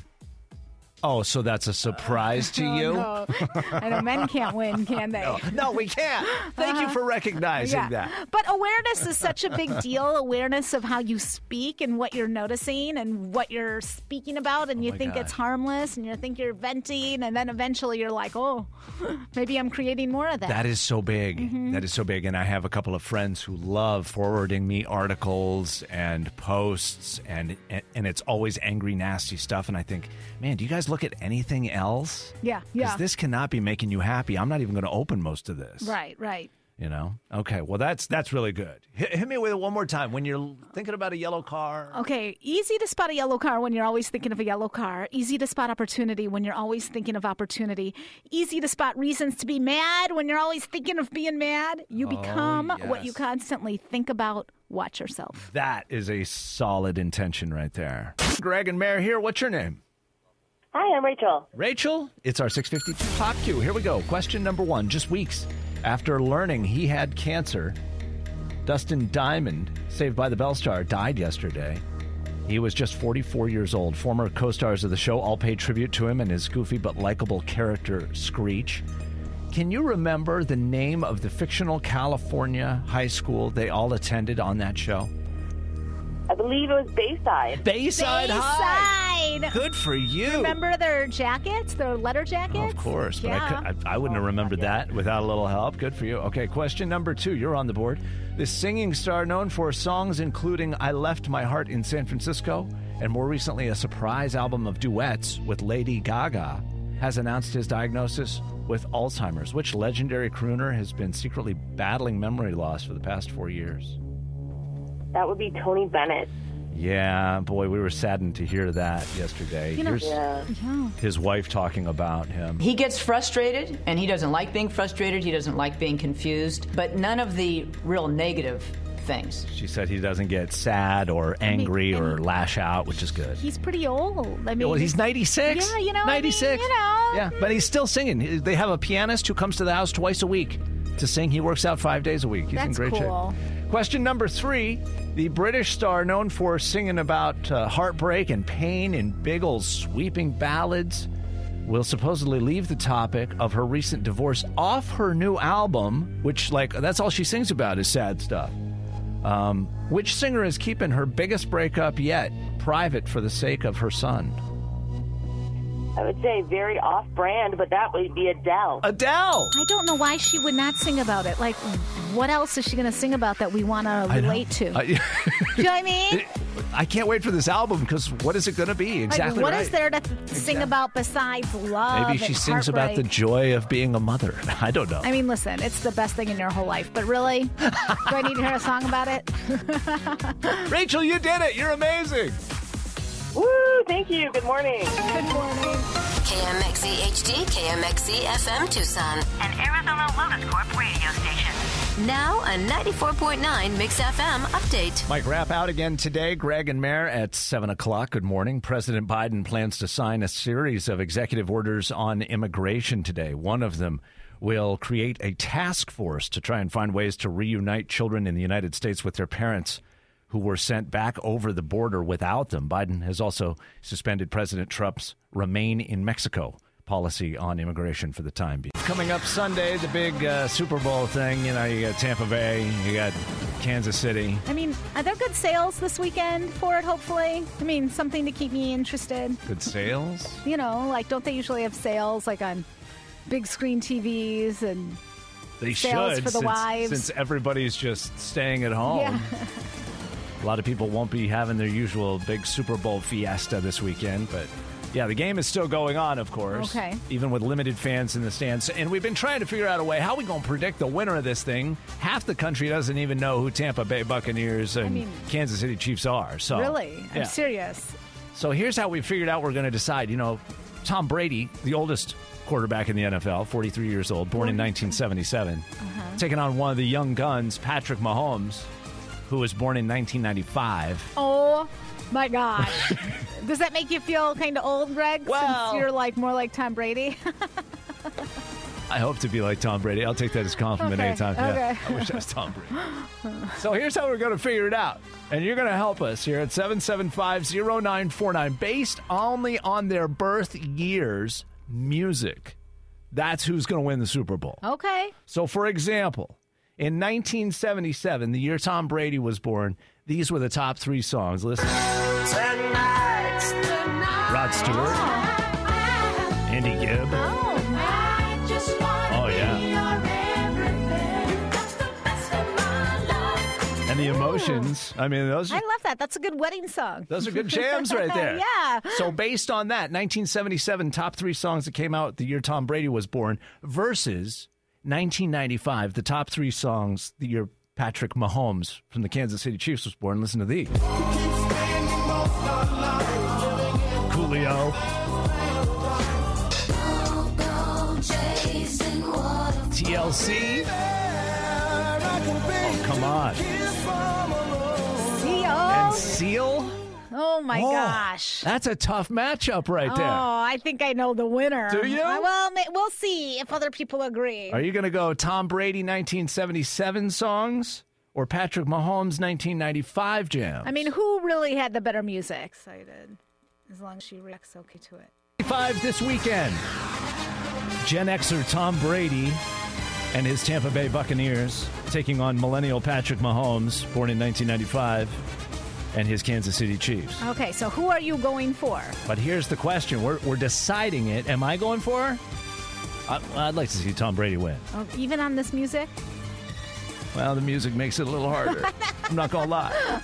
Speaker 5: Oh, so that's a surprise to you?
Speaker 3: Oh, no. I know men can't win, can they?
Speaker 5: No, no, we can't. Thank you for recognizing
Speaker 3: Uh-huh. Yeah.
Speaker 5: that.
Speaker 3: But awareness is such a big deal. Awareness of how you speak and what you're noticing and what you're speaking about, and you
Speaker 5: Oh my
Speaker 3: think it's
Speaker 5: gosh.
Speaker 3: harmless, and you think you're venting, and then eventually you're like, oh, maybe I'm creating more of that.
Speaker 5: That is so big.
Speaker 3: Mm-hmm.
Speaker 5: That is so big. And I have a couple of friends who love forwarding me articles and posts, and, and, and it's always angry, nasty stuff. And I think, man, do you guys look at anything else?
Speaker 3: yeah, yeah.
Speaker 5: Because this cannot be making you happy. I'm not even going to open most of this.
Speaker 3: right, right.
Speaker 5: You know? Okay. Well, that's that's really good. Hit, hit me with it one more time. When you're thinking about a yellow car,
Speaker 3: Okay, easy to spot a yellow car when you're always thinking of a yellow car. Easy to spot opportunity when you're always thinking of opportunity. Easy to spot reasons to be mad when you're always thinking of being mad. You become what you
Speaker 5: Oh, yes.
Speaker 3: constantly think about. Watch yourself.
Speaker 5: that is a solid intention right there. Greg and Mayor here. What's your name?
Speaker 13: Hi, I'm Rachel.
Speaker 5: Rachel, it's our 652 Pop Q. Here we go. Question number one. Just weeks after learning he had cancer, Dustin Diamond, saved by the Bell Star, died yesterday. He was just 44 years old. Former co stars of the show all paid tribute to him and his goofy but likable character, Screech. Can you remember the name of the fictional California high school they all attended on that show?
Speaker 13: I believe it was Bayside.
Speaker 5: Bayside High.
Speaker 3: Bayside.
Speaker 5: Good for you.
Speaker 3: Remember their jackets, their letter jackets?
Speaker 5: Of course, but
Speaker 3: yeah.
Speaker 5: I, could, I, I wouldn't have remembered that without a little help. Good for you. Okay, question number two. You're on the board. This singing star, known for songs including I Left My Heart in San Francisco, and more recently, a surprise album of duets with Lady Gaga, has announced his diagnosis with Alzheimer's. Which legendary crooner has been secretly battling memory loss for the past four years?
Speaker 13: That would be Tony Bennett.
Speaker 5: Yeah, boy, we were saddened to hear that yesterday.
Speaker 13: You know-
Speaker 5: Here's
Speaker 13: Yeah.
Speaker 5: his wife talking about him.
Speaker 14: He gets frustrated, and he doesn't like being frustrated. He doesn't like being confused, but none of the real negative things.
Speaker 5: She said he doesn't get sad or angry or lash out, which is good.
Speaker 3: he's pretty old. I mean,
Speaker 5: well, he's 96.
Speaker 3: Yeah, you know, I mean,
Speaker 5: 96.
Speaker 3: you know.
Speaker 5: Yeah, but he's still singing. They have a pianist who comes to the house twice a week to sing. He works out five days a week. He's in
Speaker 3: That's
Speaker 5: great
Speaker 3: cool.
Speaker 5: shape. Question number three The British star known for singing about uh, heartbreak and pain in big old sweeping ballads will supposedly leave the topic of her recent divorce off her new album, which, like, that's all she sings about is sad stuff. Um, which singer is keeping her biggest breakup yet private for the sake of her son?
Speaker 13: I would say very off brand, but that would be Adele.
Speaker 5: Adele!
Speaker 3: I don't know why she would not sing about it. Like, what else is she going to sing about that we want to
Speaker 5: I know.
Speaker 3: relate to?
Speaker 5: I,
Speaker 3: Do you know what I mean?
Speaker 5: Uh, I can't wait for this album because what is it going to be? Exactly
Speaker 3: Like, what is
Speaker 5: right.
Speaker 3: there to th- sing about besides love?
Speaker 5: Maybe she
Speaker 3: and
Speaker 5: sings about the
Speaker 3: heartbreak?
Speaker 5: joy of being a mother. I don't know.
Speaker 3: I mean, listen, it's the best thing in your whole life, but really? Do I need to hear a song about it?
Speaker 5: Rachel, you did it. You're amazing.
Speaker 13: Woo! Thank you. Good morning.
Speaker 3: Good morning.
Speaker 15: KMXE HD, KMXE FM E Tucson,
Speaker 10: An Arizona Lotus Corp radio station.
Speaker 15: now a 94.9 Mix FM update.
Speaker 5: Mike Rapp out again today. Greg and Mayor at 7 o'clock. Good morning. President Biden plans to sign a series of executive orders on immigration today. One of them will create a task force to try and find ways to reunite children in the United States with their parents who were sent back over the border without them. Biden has also suspended President Trump's remain in Mexico policy on immigration for the time being. Coming up Sunday, the big uh, Super Bowl thing. You know, you got Tampa Bay, you got Kansas City.
Speaker 3: I mean, are there good sales this weekend for it, hopefully? I mean, something to keep me interested.
Speaker 5: Good sales.
Speaker 3: You know, like, don't they usually have sales, like, on big screen TVs and.
Speaker 5: They
Speaker 3: Sales
Speaker 5: should
Speaker 3: for the
Speaker 5: since,
Speaker 3: wives.
Speaker 5: since everybody's just staying at home.
Speaker 3: Yeah.
Speaker 5: A lot of people won't be having their usual big Super Bowl fiesta this weekend, but Yeah, the game is still going on, of course.
Speaker 3: Okay.
Speaker 5: Even with limited fans in the stands. And we've been trying to figure out a way how we going to predict the winner of this thing. Half the country doesn't even know who Tampa Bay Buccaneers and
Speaker 3: mean-
Speaker 5: Kansas City Chiefs are. So
Speaker 3: Really? I'm
Speaker 5: Oh, Yeah.
Speaker 3: serious.
Speaker 5: So here's how we figured out we're going to decide. You know, Tom Brady, the oldest quarterback in the NFL, 43 years old, born
Speaker 3: Mm-hmm.
Speaker 5: in 1977,
Speaker 3: Uh-huh.
Speaker 5: taking on one of the young guns, Patrick Mahomes, who was born in 1995.
Speaker 3: Oh my gosh. Does that make you feel kind of old, Greg?
Speaker 5: Well-
Speaker 3: since you're like more like Tom Brady.
Speaker 5: I hope to be like Tom Brady. I'll take that as a compliment
Speaker 3: Okay,
Speaker 5: anytime. Yeah,
Speaker 3: okay.
Speaker 5: I wish I was Tom Brady. So here's how we're going to figure it out. And you're going to help us here at 775-0949 based only on their birth years music. That's who's going to win the Super Bowl.
Speaker 3: okay.
Speaker 5: So for example, in 1977, the year Tom Brady was born, these were the top 3 songs. Listen. Rod
Speaker 3: Oh,
Speaker 5: Stewart, Andy Gibb. Oh, And the emotions. I mean, those
Speaker 3: I love that. That's a good wedding song.
Speaker 5: Those are good jams right there.
Speaker 3: yeah.
Speaker 5: So based on that, 1977 top three songs that came out the year Tom Brady was born versus 1995, the top three songs the year Patrick Mahomes from the Kansas City Chiefs was born. Listen to these. Coolio. TLC. Oh, come on.
Speaker 3: See
Speaker 5: And
Speaker 3: ya.
Speaker 5: Seal.
Speaker 3: E Oh my
Speaker 5: Oh,
Speaker 3: gosh.
Speaker 5: That's a tough matchup right
Speaker 3: oh,
Speaker 5: there.
Speaker 3: I think I know the winner.
Speaker 5: Do you?
Speaker 3: Uh, Well, ma- we'll see if other people agree.
Speaker 5: Are you going to go Tom Brady 1977 songs or Patrick Mahomes 1995 jam?
Speaker 3: I mean, who really had the better music? Excited. As long as she reacts okay to it.
Speaker 5: 95 this weekend. Gen Xer Tom Brady and his Tampa Bay Buccaneers taking on millennial Patrick Mahomes, born in 1995, and his Kansas City Chiefs.
Speaker 3: Okay, so who are you going for?
Speaker 5: But here's the question we're, we're deciding it. Am I going for? her? I, I'd like to see Tom Brady win.
Speaker 3: Oh, even on this music?
Speaker 5: Well, the music makes it a little harder. I'm not going to lie.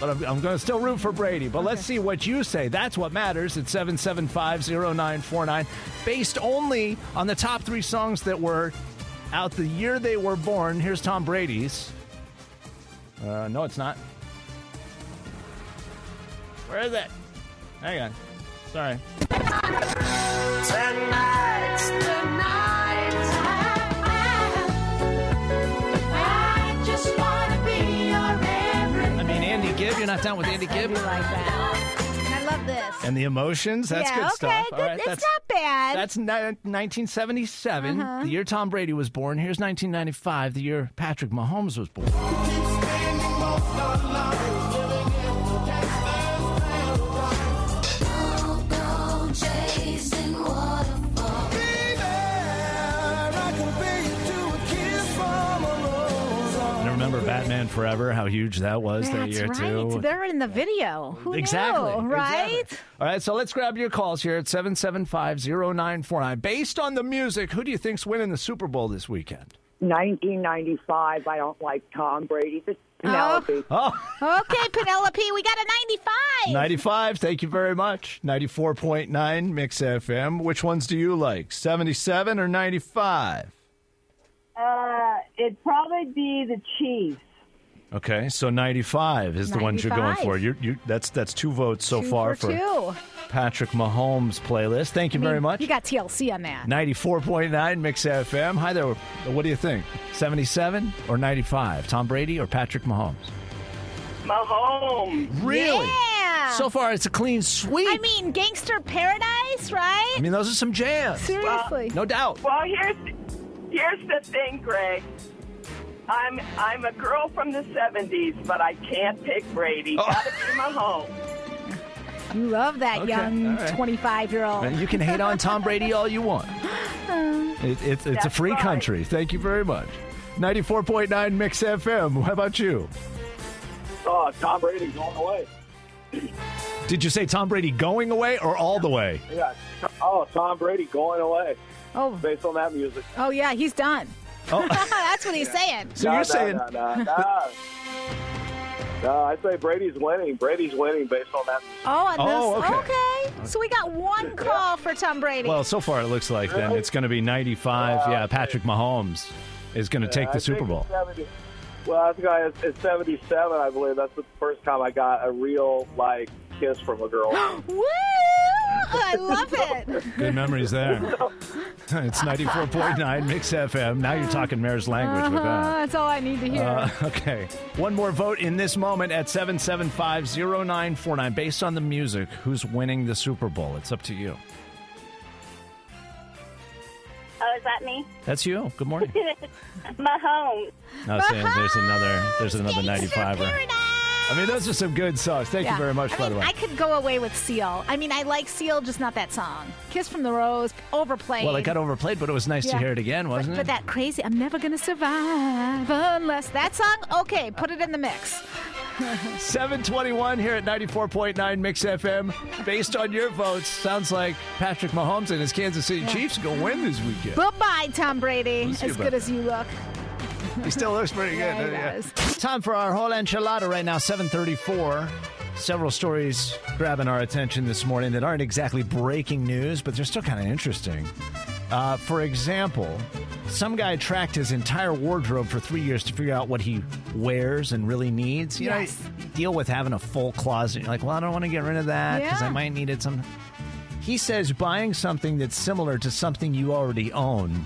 Speaker 5: But I'm, I'm going to still root for Brady. But let's see what you say. That's what matters at 7750949, based only on the top three songs that were out the year they were born. Here's Tom Brady's. Uh, no, it's not. Where is it? Hang on. Sorry. I mean, Andy Gibb. You're not down with Andy Gibb?
Speaker 3: And I love this.
Speaker 5: And the emotions. That's
Speaker 3: yeah,
Speaker 5: good
Speaker 3: okay,
Speaker 5: stuff. All
Speaker 3: good.
Speaker 5: right,
Speaker 3: it's
Speaker 5: that's-
Speaker 3: not bad.
Speaker 5: That's ni- 1977,
Speaker 3: Uh-huh.
Speaker 5: the year Tom Brady was born. Here's 1995, the year Patrick Mahomes was born. And remember Batman Forever, how huge that was that
Speaker 3: That's
Speaker 5: year,
Speaker 3: right.
Speaker 5: too.
Speaker 3: They're in the video. Who
Speaker 5: Exactly.
Speaker 3: knew,
Speaker 5: exactly.
Speaker 3: right?
Speaker 5: All right, so let's grab your calls here at 775-0949. Based on the music, who do you think's winning the Super Bowl this weekend?
Speaker 16: 1995. I don't like Tom Brady. This is Penelope.
Speaker 5: Oh,
Speaker 3: Okay, Penelope, we got a 95.
Speaker 5: 95. Thank you very much. 94.9 Mix FM. Which ones do you like? 77 or 95?
Speaker 2: Uh, it'd probably be the Chiefs.
Speaker 5: Okay, so 95 is the ones you're going
Speaker 2: 95.
Speaker 5: for. You're, you that's that's two votes so
Speaker 3: Two
Speaker 5: far
Speaker 3: for two.
Speaker 5: Patrick Mahomes playlist. Thank you
Speaker 3: I mean,
Speaker 5: very much.
Speaker 3: You got TLC on that.
Speaker 5: 94.9 Mix FM. Hi there. What do you think? 77 or 95? Tom Brady or Patrick Mahomes?
Speaker 2: Mahomes.
Speaker 5: Really?
Speaker 3: Yeah.
Speaker 5: So far, it's a clean sweep.
Speaker 3: I mean, Gangster Paradise, right?
Speaker 5: I mean, those are some jams.
Speaker 3: Seriously.
Speaker 5: No doubt.
Speaker 2: Well, here's here's the thing, Greg. I'm I'm a girl from the '70s, but I can't pick Brady.
Speaker 5: Oh.
Speaker 2: Gotta be Mahomes.
Speaker 3: You love that
Speaker 5: Okay, all
Speaker 3: young
Speaker 5: right.
Speaker 3: 25 year old.
Speaker 5: And you can hate on Tom Brady all you want. It, it's it's a
Speaker 3: That's
Speaker 5: free
Speaker 3: right.
Speaker 5: country. Thank you very much. 94.9 Mix FM. How about you?
Speaker 11: Oh, Tom Brady's going away.
Speaker 5: Did you say Tom Brady going away or all the way?
Speaker 11: Yeah. Oh, Tom Brady going away.
Speaker 3: Oh.
Speaker 11: Based on that music.
Speaker 3: Oh, yeah, he's done.
Speaker 5: Oh.
Speaker 3: That's what he's saying.
Speaker 5: So you're saying
Speaker 11: nah, nah, nah. Uh, I say Brady's winning. Brady's winning based on that.
Speaker 3: Oh, at
Speaker 5: Oh,
Speaker 3: this.
Speaker 5: okay.
Speaker 3: So we got one call for Tom Brady.
Speaker 5: Well, so far it looks like then it's going to be 95. yeah, Patrick Mahomes is going to take
Speaker 11: I
Speaker 5: the
Speaker 11: think
Speaker 5: Super Bowl.
Speaker 11: it's 70 Well, I think I, it's 77, I believe. That's the first time I got a real, like, kiss from a girl.
Speaker 3: Woo! I love it.
Speaker 5: Good memories there. it's 94.9 Mix FM. Now you're talking mayor's language with
Speaker 3: Uh-huh,
Speaker 5: that.
Speaker 3: that's all I need to hear.
Speaker 5: Uh, okay. One more vote in this moment at 7750949. Based on the music, who's winning the Super Bowl? It's up to you.
Speaker 17: Oh, is that me?
Speaker 5: That's you. Good morning.
Speaker 17: Mahomes.
Speaker 5: No, see, there's another there's another 95er. I mean, those are some good songs. Thank
Speaker 3: Yeah.
Speaker 5: you very much,
Speaker 3: I
Speaker 5: by
Speaker 3: mean,
Speaker 5: the way.
Speaker 3: I could go away with Seal. I mean, I like Seal, just not that song. Kiss from the Rose, overplayed.
Speaker 5: well, it got overplayed, but it was nice
Speaker 3: Yeah.
Speaker 5: to hear it again, wasn't
Speaker 3: But
Speaker 5: it?
Speaker 3: that crazy, I'm never gonna survive unless that song. Okay, put it in the mix.
Speaker 5: 721 here at 94.9 Mix FM. Based on your votes, sounds like Patrick Mahomes and his Kansas City
Speaker 3: Yeah.
Speaker 5: Chiefs go win this weekend.
Speaker 3: Bye bye, Tom Brady.
Speaker 5: We'll see
Speaker 3: as
Speaker 5: about
Speaker 3: good as you look.
Speaker 5: He still looks pretty good.
Speaker 3: Yeah, he
Speaker 5: doesn't Time for our whole enchilada right now, 734. Several stories grabbing our attention this morning that aren't exactly breaking news, but they're still kind of interesting. Uh, for example, some guy tracked his entire wardrobe for three years to figure out what he wears and really needs. You
Speaker 3: Yes.
Speaker 5: know, you deal with having a full closet. You're like, well, I don't want to get rid of that because
Speaker 3: Yeah.
Speaker 5: I might need it some. He says buying something that's similar to something you already own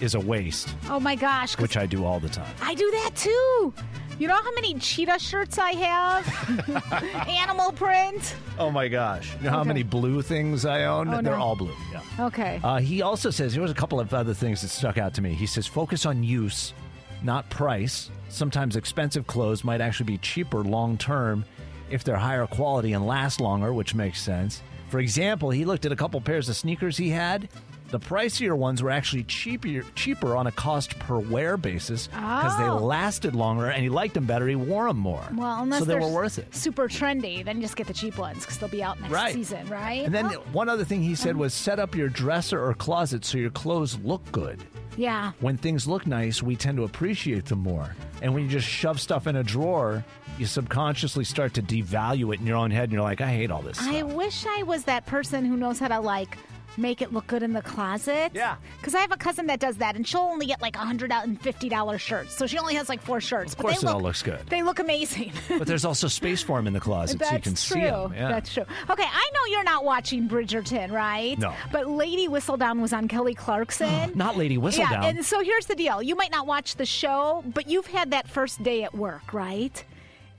Speaker 5: is a waste,
Speaker 3: Oh my gosh, 'cause
Speaker 5: which I do all the time.
Speaker 3: I do that too. You know how many cheetah shirts I have? Animal print.
Speaker 5: Oh my gosh. You know how many blue things I own?
Speaker 3: Oh,
Speaker 5: They're
Speaker 3: no.
Speaker 5: all blue. Yeah.
Speaker 3: Okay.
Speaker 5: Uh, he also says there was a couple of other things that stuck out to me. He says focus on use, not price. Sometimes expensive clothes might actually be cheaper long term if they're higher quality and last longer, which makes sense. For example, he looked at a couple pairs of sneakers he had. The pricier ones were actually cheaper cheaper on a cost per wear basis because
Speaker 3: Oh.
Speaker 5: they lasted longer and he liked them better. He wore them more.
Speaker 3: Well, unless
Speaker 5: so they
Speaker 3: are
Speaker 5: were worth it.
Speaker 3: Super trendy, then you just get the cheap ones because they'll be out next
Speaker 5: Right.
Speaker 3: season, right?
Speaker 5: And then
Speaker 3: Oh,
Speaker 5: one other thing he said was set up your dresser or closet so your clothes look good.
Speaker 3: yeah.
Speaker 5: When things look nice, we tend to appreciate them more. And when you just shove stuff in a drawer, you subconsciously start to devalue it in your own head and you're like, I hate all this.
Speaker 3: I wish I was that person who knows how to like make it look good in the closet. Yeah. Because I have a cousin that does that, and she'll only get like hundred and fifty dollars shirts, so she only has like four shirts.
Speaker 5: of course,
Speaker 3: but they
Speaker 5: it
Speaker 3: look,
Speaker 5: all looks good.
Speaker 3: They look amazing.
Speaker 5: But there's also space for them in the closet so you can
Speaker 3: That's
Speaker 5: see
Speaker 3: true.
Speaker 5: them. Yeah.
Speaker 3: That's true. Okay, I know you're not watching Bridgerton, right?
Speaker 5: No.
Speaker 3: But Lady Whistledown was on Kelly Clarkson.
Speaker 5: Not Lady Whistledown.
Speaker 3: Yeah, and so here's the deal. You might not watch the show, but you've had that first day at work, right?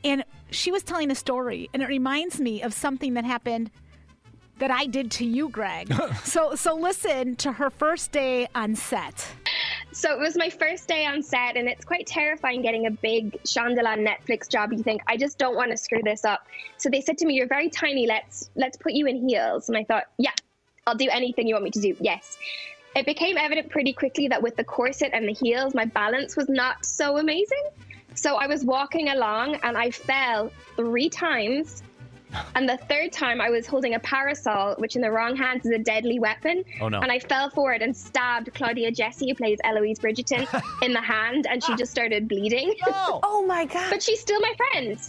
Speaker 3: And she was telling a story, and it reminds me of something that happened that I did to you, Greg. so so listen to her first day on set.
Speaker 18: So it was my first day on set, and it's quite terrifying getting a big Shondaland Netflix job. You think I just don't want to screw this up. So they said to me, "You're very tiny. Let's let's put you in heels." And I thought, "Yeah, I'll do anything you want me to do." Yes. It became evident pretty quickly that with the corset and the heels, my balance was not so amazing. So I was walking along, and I fell three times. And the third time, I was holding a parasol, which in the wrong hands is a deadly weapon.
Speaker 19: Oh, no.
Speaker 18: And I fell forward and stabbed Claudia Jesse, who plays Eloise Bridgerton, in the hand, and she just started bleeding.
Speaker 3: oh my god!
Speaker 18: But she's still my friend.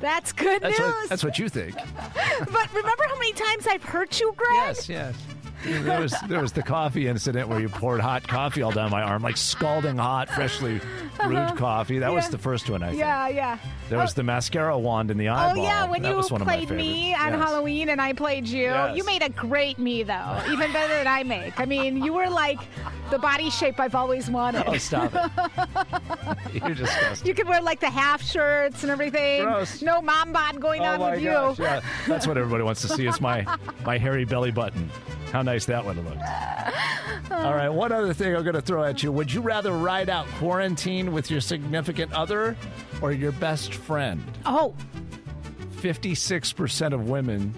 Speaker 3: That's good
Speaker 5: That's,
Speaker 3: news.
Speaker 5: what, that's what you think.
Speaker 3: but remember how many times I've hurt you, Greg?
Speaker 5: Yes, yes. There was there was the coffee incident where you poured hot coffee all down my arm, like scalding hot, freshly brewed coffee. That was
Speaker 3: Uh-huh. Yeah.
Speaker 5: the first one I think.
Speaker 3: Yeah, yeah.
Speaker 5: There was the mascara wand in the eyeball.
Speaker 3: Oh yeah, when
Speaker 5: that
Speaker 3: you
Speaker 5: was one of my
Speaker 3: played me
Speaker 5: favorites.
Speaker 3: on
Speaker 5: Yes.
Speaker 3: Halloween and I played you,
Speaker 5: Yes.
Speaker 3: you made a great me though, even better than I make. I mean, you were like the body shape I've always wanted.
Speaker 5: Oh, stop it! You're disgusting.
Speaker 3: you could wear like the half shirts and everything.
Speaker 5: Gross.
Speaker 3: No mom bod going
Speaker 5: oh
Speaker 3: on
Speaker 5: my
Speaker 3: with
Speaker 5: gosh!
Speaker 3: you.
Speaker 5: Yeah, that's what everybody wants to see is my my hairy belly button. How nice that would have looked.
Speaker 3: Uh-huh.
Speaker 5: All right, one other thing I'm going to throw at you. Would you rather ride out quarantine with your significant other or your best friend?
Speaker 3: Oh,
Speaker 5: 56% of women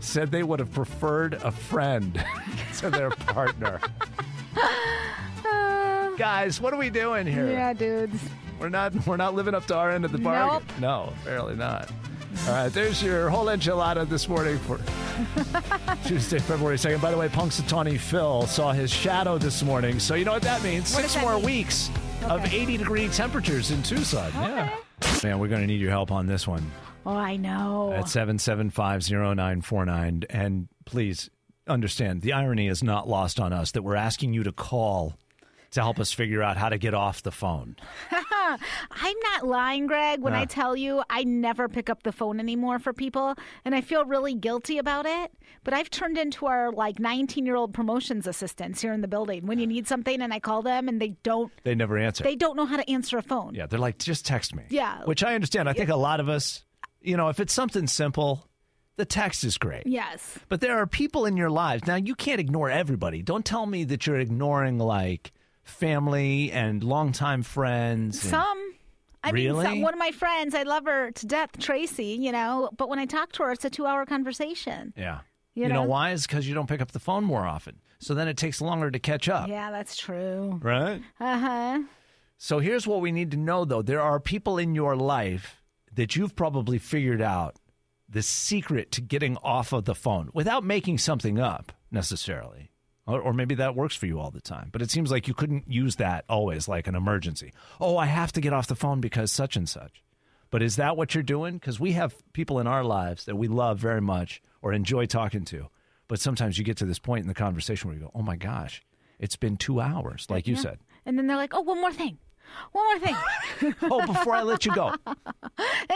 Speaker 5: said they would have preferred a friend to their partner. Guys, what are we doing here?
Speaker 3: yeah, dudes.
Speaker 5: We're not we're not living up to our end of the bargain.
Speaker 3: Nope.
Speaker 5: No, apparently not. All right, there's your whole enchilada this morning for Tuesday, February 2nd. By the way, Punxsutawney Phil saw his shadow this morning, so you know what that means.
Speaker 20: What does
Speaker 5: Six
Speaker 20: that
Speaker 5: more
Speaker 20: mean?
Speaker 5: weeks of 80 degree temperatures in Tucson. Yeah. Man, we're going to need your help on this one.
Speaker 3: Oh, I know.
Speaker 5: At 7750949. And please understand, the irony is not lost on us that we're asking you to call to help us figure out how to get off the phone.
Speaker 3: I'm not lying, Greg, when
Speaker 5: Nah.
Speaker 3: I tell you I never pick up the phone anymore for people, and I feel really guilty about it. But I've turned into our like 19 year old promotions assistants here in the building. When you need something and I call them and they don't,
Speaker 5: They never answer.
Speaker 3: they don't know how to answer a phone.
Speaker 5: yeah, they're like, just text me.
Speaker 3: Yeah.
Speaker 5: Which I understand. I think a lot of us, you know, if it's something simple, the text is great.
Speaker 3: Yes.
Speaker 5: But there are people in your lives. Now, you can't ignore everybody. Don't tell me that you're ignoring like family and longtime friends. and-
Speaker 3: Some. I mean,
Speaker 5: Really?
Speaker 3: some, one of my friends, I love her to death, Tracy, you know, but when I talk to her, it's a two hour conversation.
Speaker 5: Yeah.
Speaker 3: You
Speaker 5: You, know?
Speaker 3: know?
Speaker 5: why? Is because you don't pick up the phone more often. So then it takes longer to catch up.
Speaker 3: Yeah, that's true.
Speaker 5: Right?
Speaker 3: Uh huh.
Speaker 5: So here's what we need to know though there are people in your life that you've probably figured out the secret to getting off of the phone without making something up necessarily. Or, or maybe that works for you all the time, but it seems like you couldn't use that always like an emergency. Oh, I have to get off the phone because such and such. But is that what you're doing? Because we have people in our lives that we love very much or enjoy talking to. But sometimes you get to this point in the conversation where you go, oh my gosh, it's been two hours, like you
Speaker 3: Yeah.
Speaker 5: said.
Speaker 3: And then they're like, oh, one more thing. One more thing.
Speaker 5: oh, before I let you go,
Speaker 3: and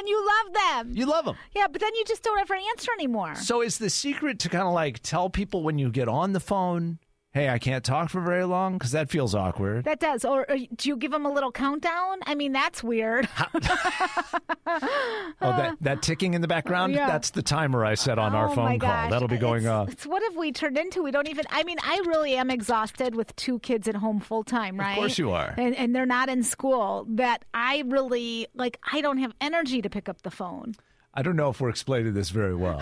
Speaker 3: you love them.
Speaker 5: you love them.
Speaker 3: Yeah, but then you just don't ever answer anymore.
Speaker 5: So is the secret to kind of like tell people when you get on the phone, hey, I can't talk for very long because that feels awkward.
Speaker 3: That does. Or, or do you give them a little countdown? I mean, that's weird.
Speaker 5: oh, that, that ticking in the background,
Speaker 3: Yeah.
Speaker 5: that's the timer I set on
Speaker 3: Oh,
Speaker 5: our
Speaker 3: my
Speaker 5: phone call.
Speaker 3: gosh.
Speaker 5: That'll be going off.
Speaker 3: It's what have we turned into? We don't even. I mean, I really am exhausted with two kids at home full time, right?
Speaker 5: course you are.
Speaker 3: And, and they're not in school. That I really like. I don't have energy to pick up the phone.
Speaker 5: I don't know if we're explaining this very well,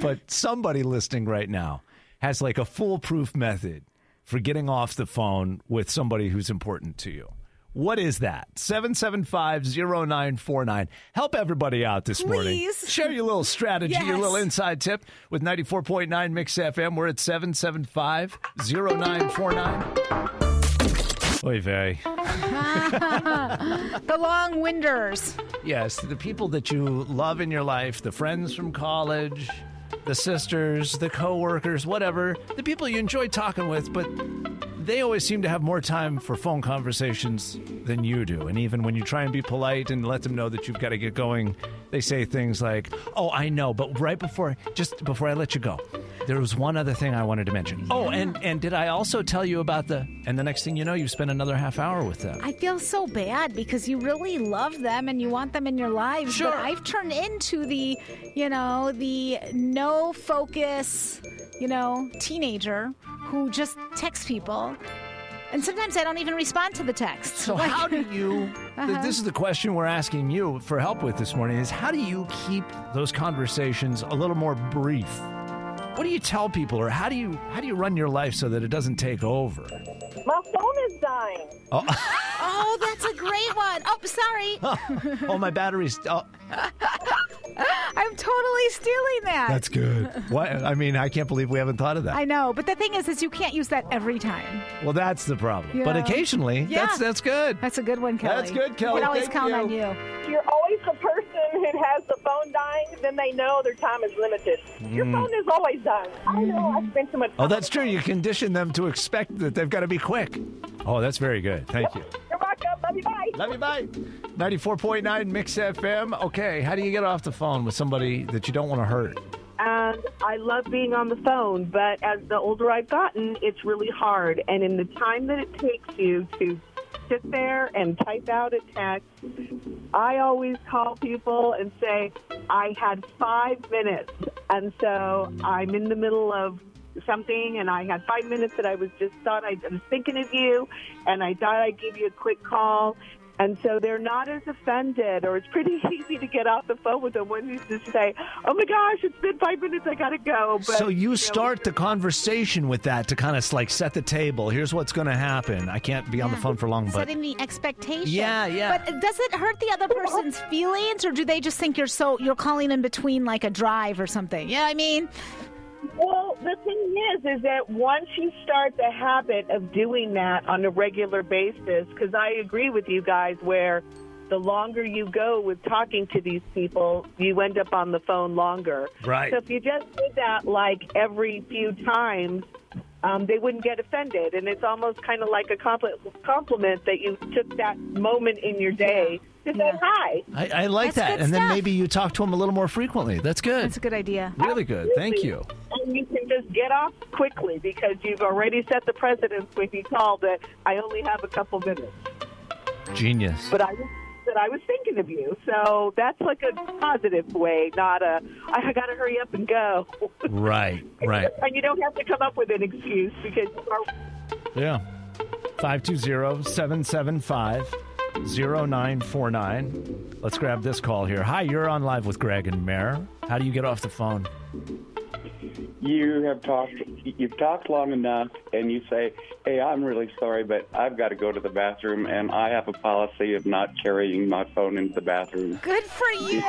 Speaker 5: but somebody listening right now has like a foolproof method for getting off the phone with somebody who's important to you. What is that? 7750949. Help everybody out this morning.
Speaker 3: Please.
Speaker 5: Share your little strategy, your
Speaker 3: Yes.
Speaker 5: little inside tip with 94.9 Mix FM. We're at 7750949. Oy vey.
Speaker 3: the long winders.
Speaker 5: Yes, the people that you love in your life, the friends from college, the sisters, the coworkers, whatever, the people you enjoy talking with, but they always seem to have more time for phone conversations than you do. And even when you try and be polite and let them know that you've got to get going, they say things like, "Oh, I know, but right before just before I let you go, there was one other thing I wanted to mention. Oh, and and did I also tell you about the and the next thing you know, you spend another half hour with them.
Speaker 3: I feel so bad because you really love them and you want them in your lives.
Speaker 5: Sure.
Speaker 3: But I've turned into the, you know, the no focus, you know, teenager who just texts people. And sometimes I don't even respond to the text.
Speaker 5: So
Speaker 3: Like-
Speaker 5: how do you?
Speaker 3: Uh-huh.
Speaker 5: This is the question we're asking you for help with this morning: is how do you keep those conversations a little more brief? What do you tell people, or how do you how do you run your life so that it doesn't take over?
Speaker 19: My phone is dying.
Speaker 5: Oh,
Speaker 3: Oh, that's a great one. Oh, sorry.
Speaker 5: oh my batteries. Oh,
Speaker 3: I'm totally stealing that.
Speaker 5: What? I mean, I can't believe we haven't thought of that.
Speaker 3: I know, but the thing is, is you can't use that every time.
Speaker 5: well, that's the problem. But
Speaker 3: Yeah.
Speaker 5: occasionally,
Speaker 3: Yeah.
Speaker 5: that's that's good.
Speaker 3: That's a good one, Kelly.
Speaker 5: That's good, Kelly.
Speaker 3: We can always
Speaker 5: Thank
Speaker 3: count
Speaker 5: you.
Speaker 3: on you.
Speaker 19: You're always the person who has the phone dying, then they know their time is limited. Your
Speaker 5: Mm.
Speaker 19: phone is always dying. I know, I spend so much
Speaker 5: Oh, that's true. You condition them to expect that they've got to be quick. Oh, that's very good. Thank you.
Speaker 19: You're welcome. Love you, bye.
Speaker 5: Love you, bye. 94.9 Mix FM. Okay, how do you get off the phone with somebody that you don't want to hurt?
Speaker 20: and I love being on the phone, but as the older I've gotten, it's really hard. And in the time that it takes you to sit there and type out a text, I always call people and say, I had five minutes. And so I'm in the middle of something and I had five minutes that I was just thought I, I was thinking of you and I thought I'd give you a quick call. And so they're not as offended, or it's pretty easy to get off the phone with them when you just say, "Oh my gosh, it's been five minutes, I gotta go." But
Speaker 5: so you start the conversation with that to kind of like set the table. Here's what's going to happen. I can't be on the phone for long, but
Speaker 3: setting the expectation.
Speaker 5: Yeah, yeah.
Speaker 3: But does it hurt the other person's feelings, or do they just think you're so you're calling in between like a drive or something? Yeah, I mean,
Speaker 20: Well, the thing is, is that once you start the habit of doing that on a regular basis, because I agree with you guys, where the longer you go with talking to these people, you end up on the phone longer.
Speaker 21: Right.
Speaker 20: So if you just did that like every few times, um, they wouldn't get offended. And it's almost kind of like a compli compliment that you took that moment in your day to say hi.
Speaker 5: I, I like that. And then maybe you talk to him a little more frequently. That's good.
Speaker 3: That's a good idea.
Speaker 5: Really good. Thank you.
Speaker 20: And you can just get off quickly because you've already set the precedence when you call that I only have a couple minutes.
Speaker 5: Genius.
Speaker 20: But I was that I was thinking of you. So that's like a positive way, not a I got to hurry up and go.
Speaker 5: Right, right.
Speaker 20: and you don't have to come up with an excuse because you are
Speaker 5: Yeah. 520-775-0949. Let's grab this call here. Hi, you're on live with Greg and Mare. How do you get off the phone?
Speaker 7: You have talked. You've talked long enough, and you say, "Hey, I'm really sorry, but I've got to go to the bathroom, and I have a policy of not carrying my phone into the bathroom."
Speaker 3: Good for you.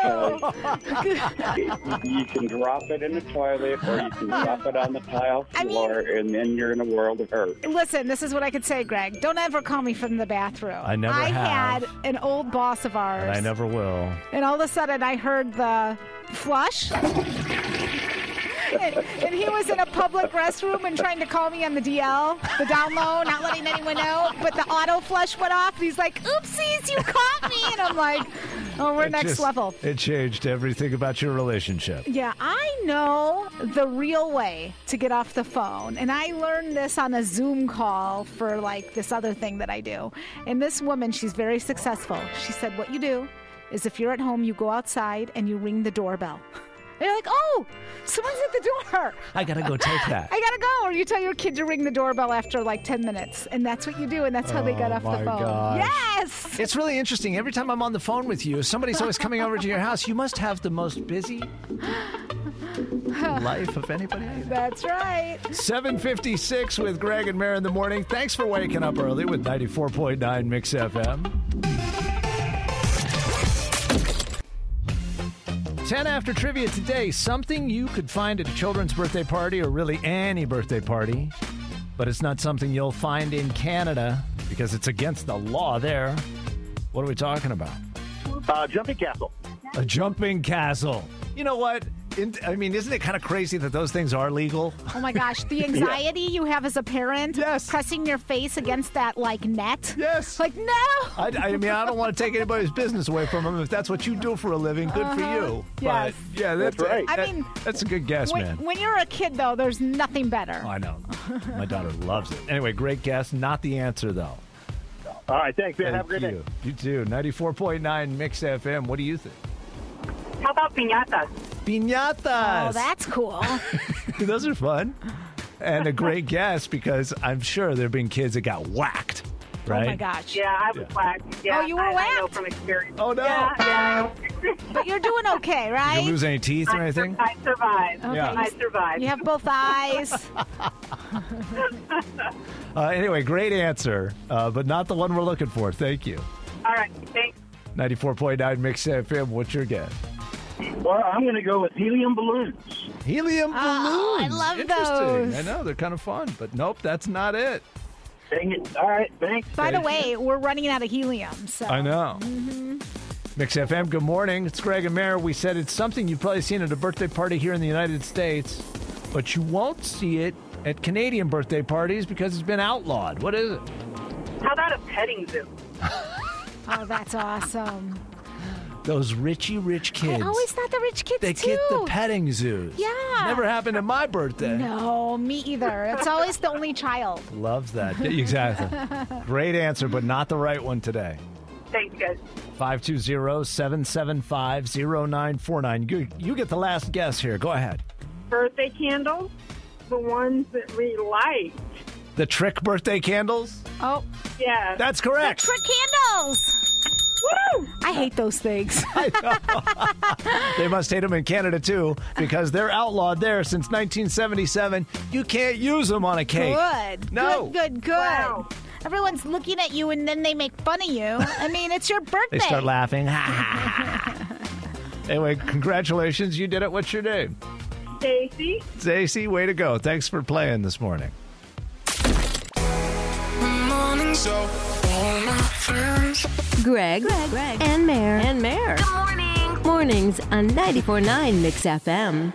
Speaker 7: you can drop it in the toilet, or you can drop it on the tile floor, and then you're in a world of hurt.
Speaker 3: Listen, this is what I could say, Greg. Don't ever call me from the bathroom.
Speaker 5: I never
Speaker 3: I
Speaker 5: have.
Speaker 3: had an old boss of ours,
Speaker 5: And I never will.
Speaker 3: and all of a sudden I heard the flush. And, and he was in a public restroom and trying to call me on the DL, the down low, not letting anyone know. But the auto flush went off, and he's like, "Oopsies, you caught me!" And I'm like, "Oh, we're
Speaker 5: It
Speaker 3: next
Speaker 5: just-
Speaker 3: level."
Speaker 5: It changed everything about your relationship.
Speaker 3: Yeah, I know the real way to get off the phone. And I learned this on a Zoom call for like this other thing that I do. And this woman, she's very successful. She said, What you do is if you're at home, you go outside and you ring the doorbell. And you're like, Oh, someone's at the door.
Speaker 5: I gotta go take that.
Speaker 3: I gotta go. Or you tell your kid to ring the doorbell after like 10 minutes. And that's what you do. And that's how they got
Speaker 5: Oh,
Speaker 3: off
Speaker 5: my
Speaker 3: the phone.
Speaker 5: gosh.
Speaker 3: Yes.
Speaker 5: It's really interesting. Every time I'm on the phone with you, somebody's always coming over to your house. You must have the most busy life of anybody. I know.
Speaker 3: That's right.
Speaker 5: 756 with Greg and Mare in the morning. Thanks for waking up early with 94.9 Mix FM. 10 after trivia today. Something you could find at a children's birthday party or really any birthday party, but it's not something you'll find in Canada because it's against the law there. What are we talking about?
Speaker 22: Uh, jumping castle.
Speaker 5: A jumping castle. You know what? In- I mean, isn't it kind of crazy that those things are legal?
Speaker 3: Oh my gosh, the
Speaker 5: Yeah.
Speaker 3: anxiety you have as a parent pressing your face against that like net. Yes. Like no.
Speaker 5: I, I mean, I don't want to take anybody's business away from them. If that's what you do for a living, good for
Speaker 3: Uh-huh.
Speaker 5: you.
Speaker 3: Yes.
Speaker 5: But yeah, that's,
Speaker 3: That's right. I
Speaker 5: that-
Speaker 3: mean,
Speaker 5: that's a good guess,
Speaker 3: when,
Speaker 5: man. Oh,
Speaker 3: when you're a kid though, there's nothing better.
Speaker 5: I know. My daughter loves it. Anyway, great guess. Not the answer, though.
Speaker 22: All right, thanks, man.
Speaker 5: Thank
Speaker 22: Have a great
Speaker 5: you.
Speaker 22: day.
Speaker 5: You too. 94.9 Mix FM. What do you think?
Speaker 22: How about piñatas?
Speaker 5: Piñatas.
Speaker 3: Oh, that's cool.
Speaker 5: Those are fun. And a great guess because I'm sure there have been kids that got whacked, right?
Speaker 3: Oh my gosh.
Speaker 22: Yeah, I was
Speaker 5: Yeah.
Speaker 22: whacked. Yeah,
Speaker 3: oh, you were
Speaker 22: I,
Speaker 3: whacked.
Speaker 22: I know from experience.
Speaker 5: Oh no.
Speaker 22: Yeah, yeah.
Speaker 3: but you're doing okay, right?
Speaker 5: Did you lose any teeth or anything?
Speaker 22: I survived.
Speaker 3: Okay.
Speaker 5: Yeah.
Speaker 22: I survived.
Speaker 3: You have both eyes.
Speaker 5: Uh, anyway, great answer, uh, but not the one we're looking for. Thank you.
Speaker 22: All right, thanks.
Speaker 5: 94.9 Mix FM. What's your guess?
Speaker 22: Well, I'm going to go with helium balloons.
Speaker 5: Helium
Speaker 3: Oh, I
Speaker 5: balloons.
Speaker 3: love
Speaker 5: Hmm. Interesting.
Speaker 3: those.
Speaker 5: I know they're kind of fun, but nope, that's not it.
Speaker 22: Dang it. All right, thanks.
Speaker 3: By the way, we're running out of helium, so
Speaker 5: I know.
Speaker 3: Mm-hmm.
Speaker 5: Mix FM. Good morning. It's Greg and Mare. We said it's something you've probably seen at a birthday party here in the United States, but you won't see it at Canadian birthday parties because it's been outlawed. What is it?
Speaker 22: How about a petting zoo?
Speaker 3: Oh, that's awesome.
Speaker 5: Those richy rich kids.
Speaker 3: I always thought the rich kids
Speaker 5: they
Speaker 3: too.
Speaker 5: get the petting zoos.
Speaker 3: Yeah.
Speaker 5: Never happened at my birthday.
Speaker 3: No, me either. It's always the only child.
Speaker 5: Loves that. Exactly. Great answer, but not the right one today.
Speaker 22: Thanks, guys.
Speaker 5: 520-775-0949. You, you get the last guess here. Go ahead.
Speaker 19: Birthday candles, the ones that we light.
Speaker 5: The trick birthday candles?
Speaker 3: Oh,
Speaker 19: Yeah.
Speaker 5: That's correct.
Speaker 3: trick candles.
Speaker 19: Woo!
Speaker 3: I hate those things.
Speaker 5: They must hate them in Canada too because they're outlawed there since 1977. You can't use them on a cake.
Speaker 3: Good.
Speaker 5: No.
Speaker 3: Good, good, good. Everyone's looking at you and then they make fun of you. I mean, it's your
Speaker 5: They
Speaker 3: birthday.
Speaker 5: start laughing. anyway, congratulations. You did it. What's your name?
Speaker 19: Stacy.
Speaker 5: Stacey, way to go. Thanks for playing this morning.
Speaker 10: Morning. So all my friends
Speaker 15: Greg, Greg, and Mayor, and Mayor. Good morning. Mornings on 94.9 Mix FM.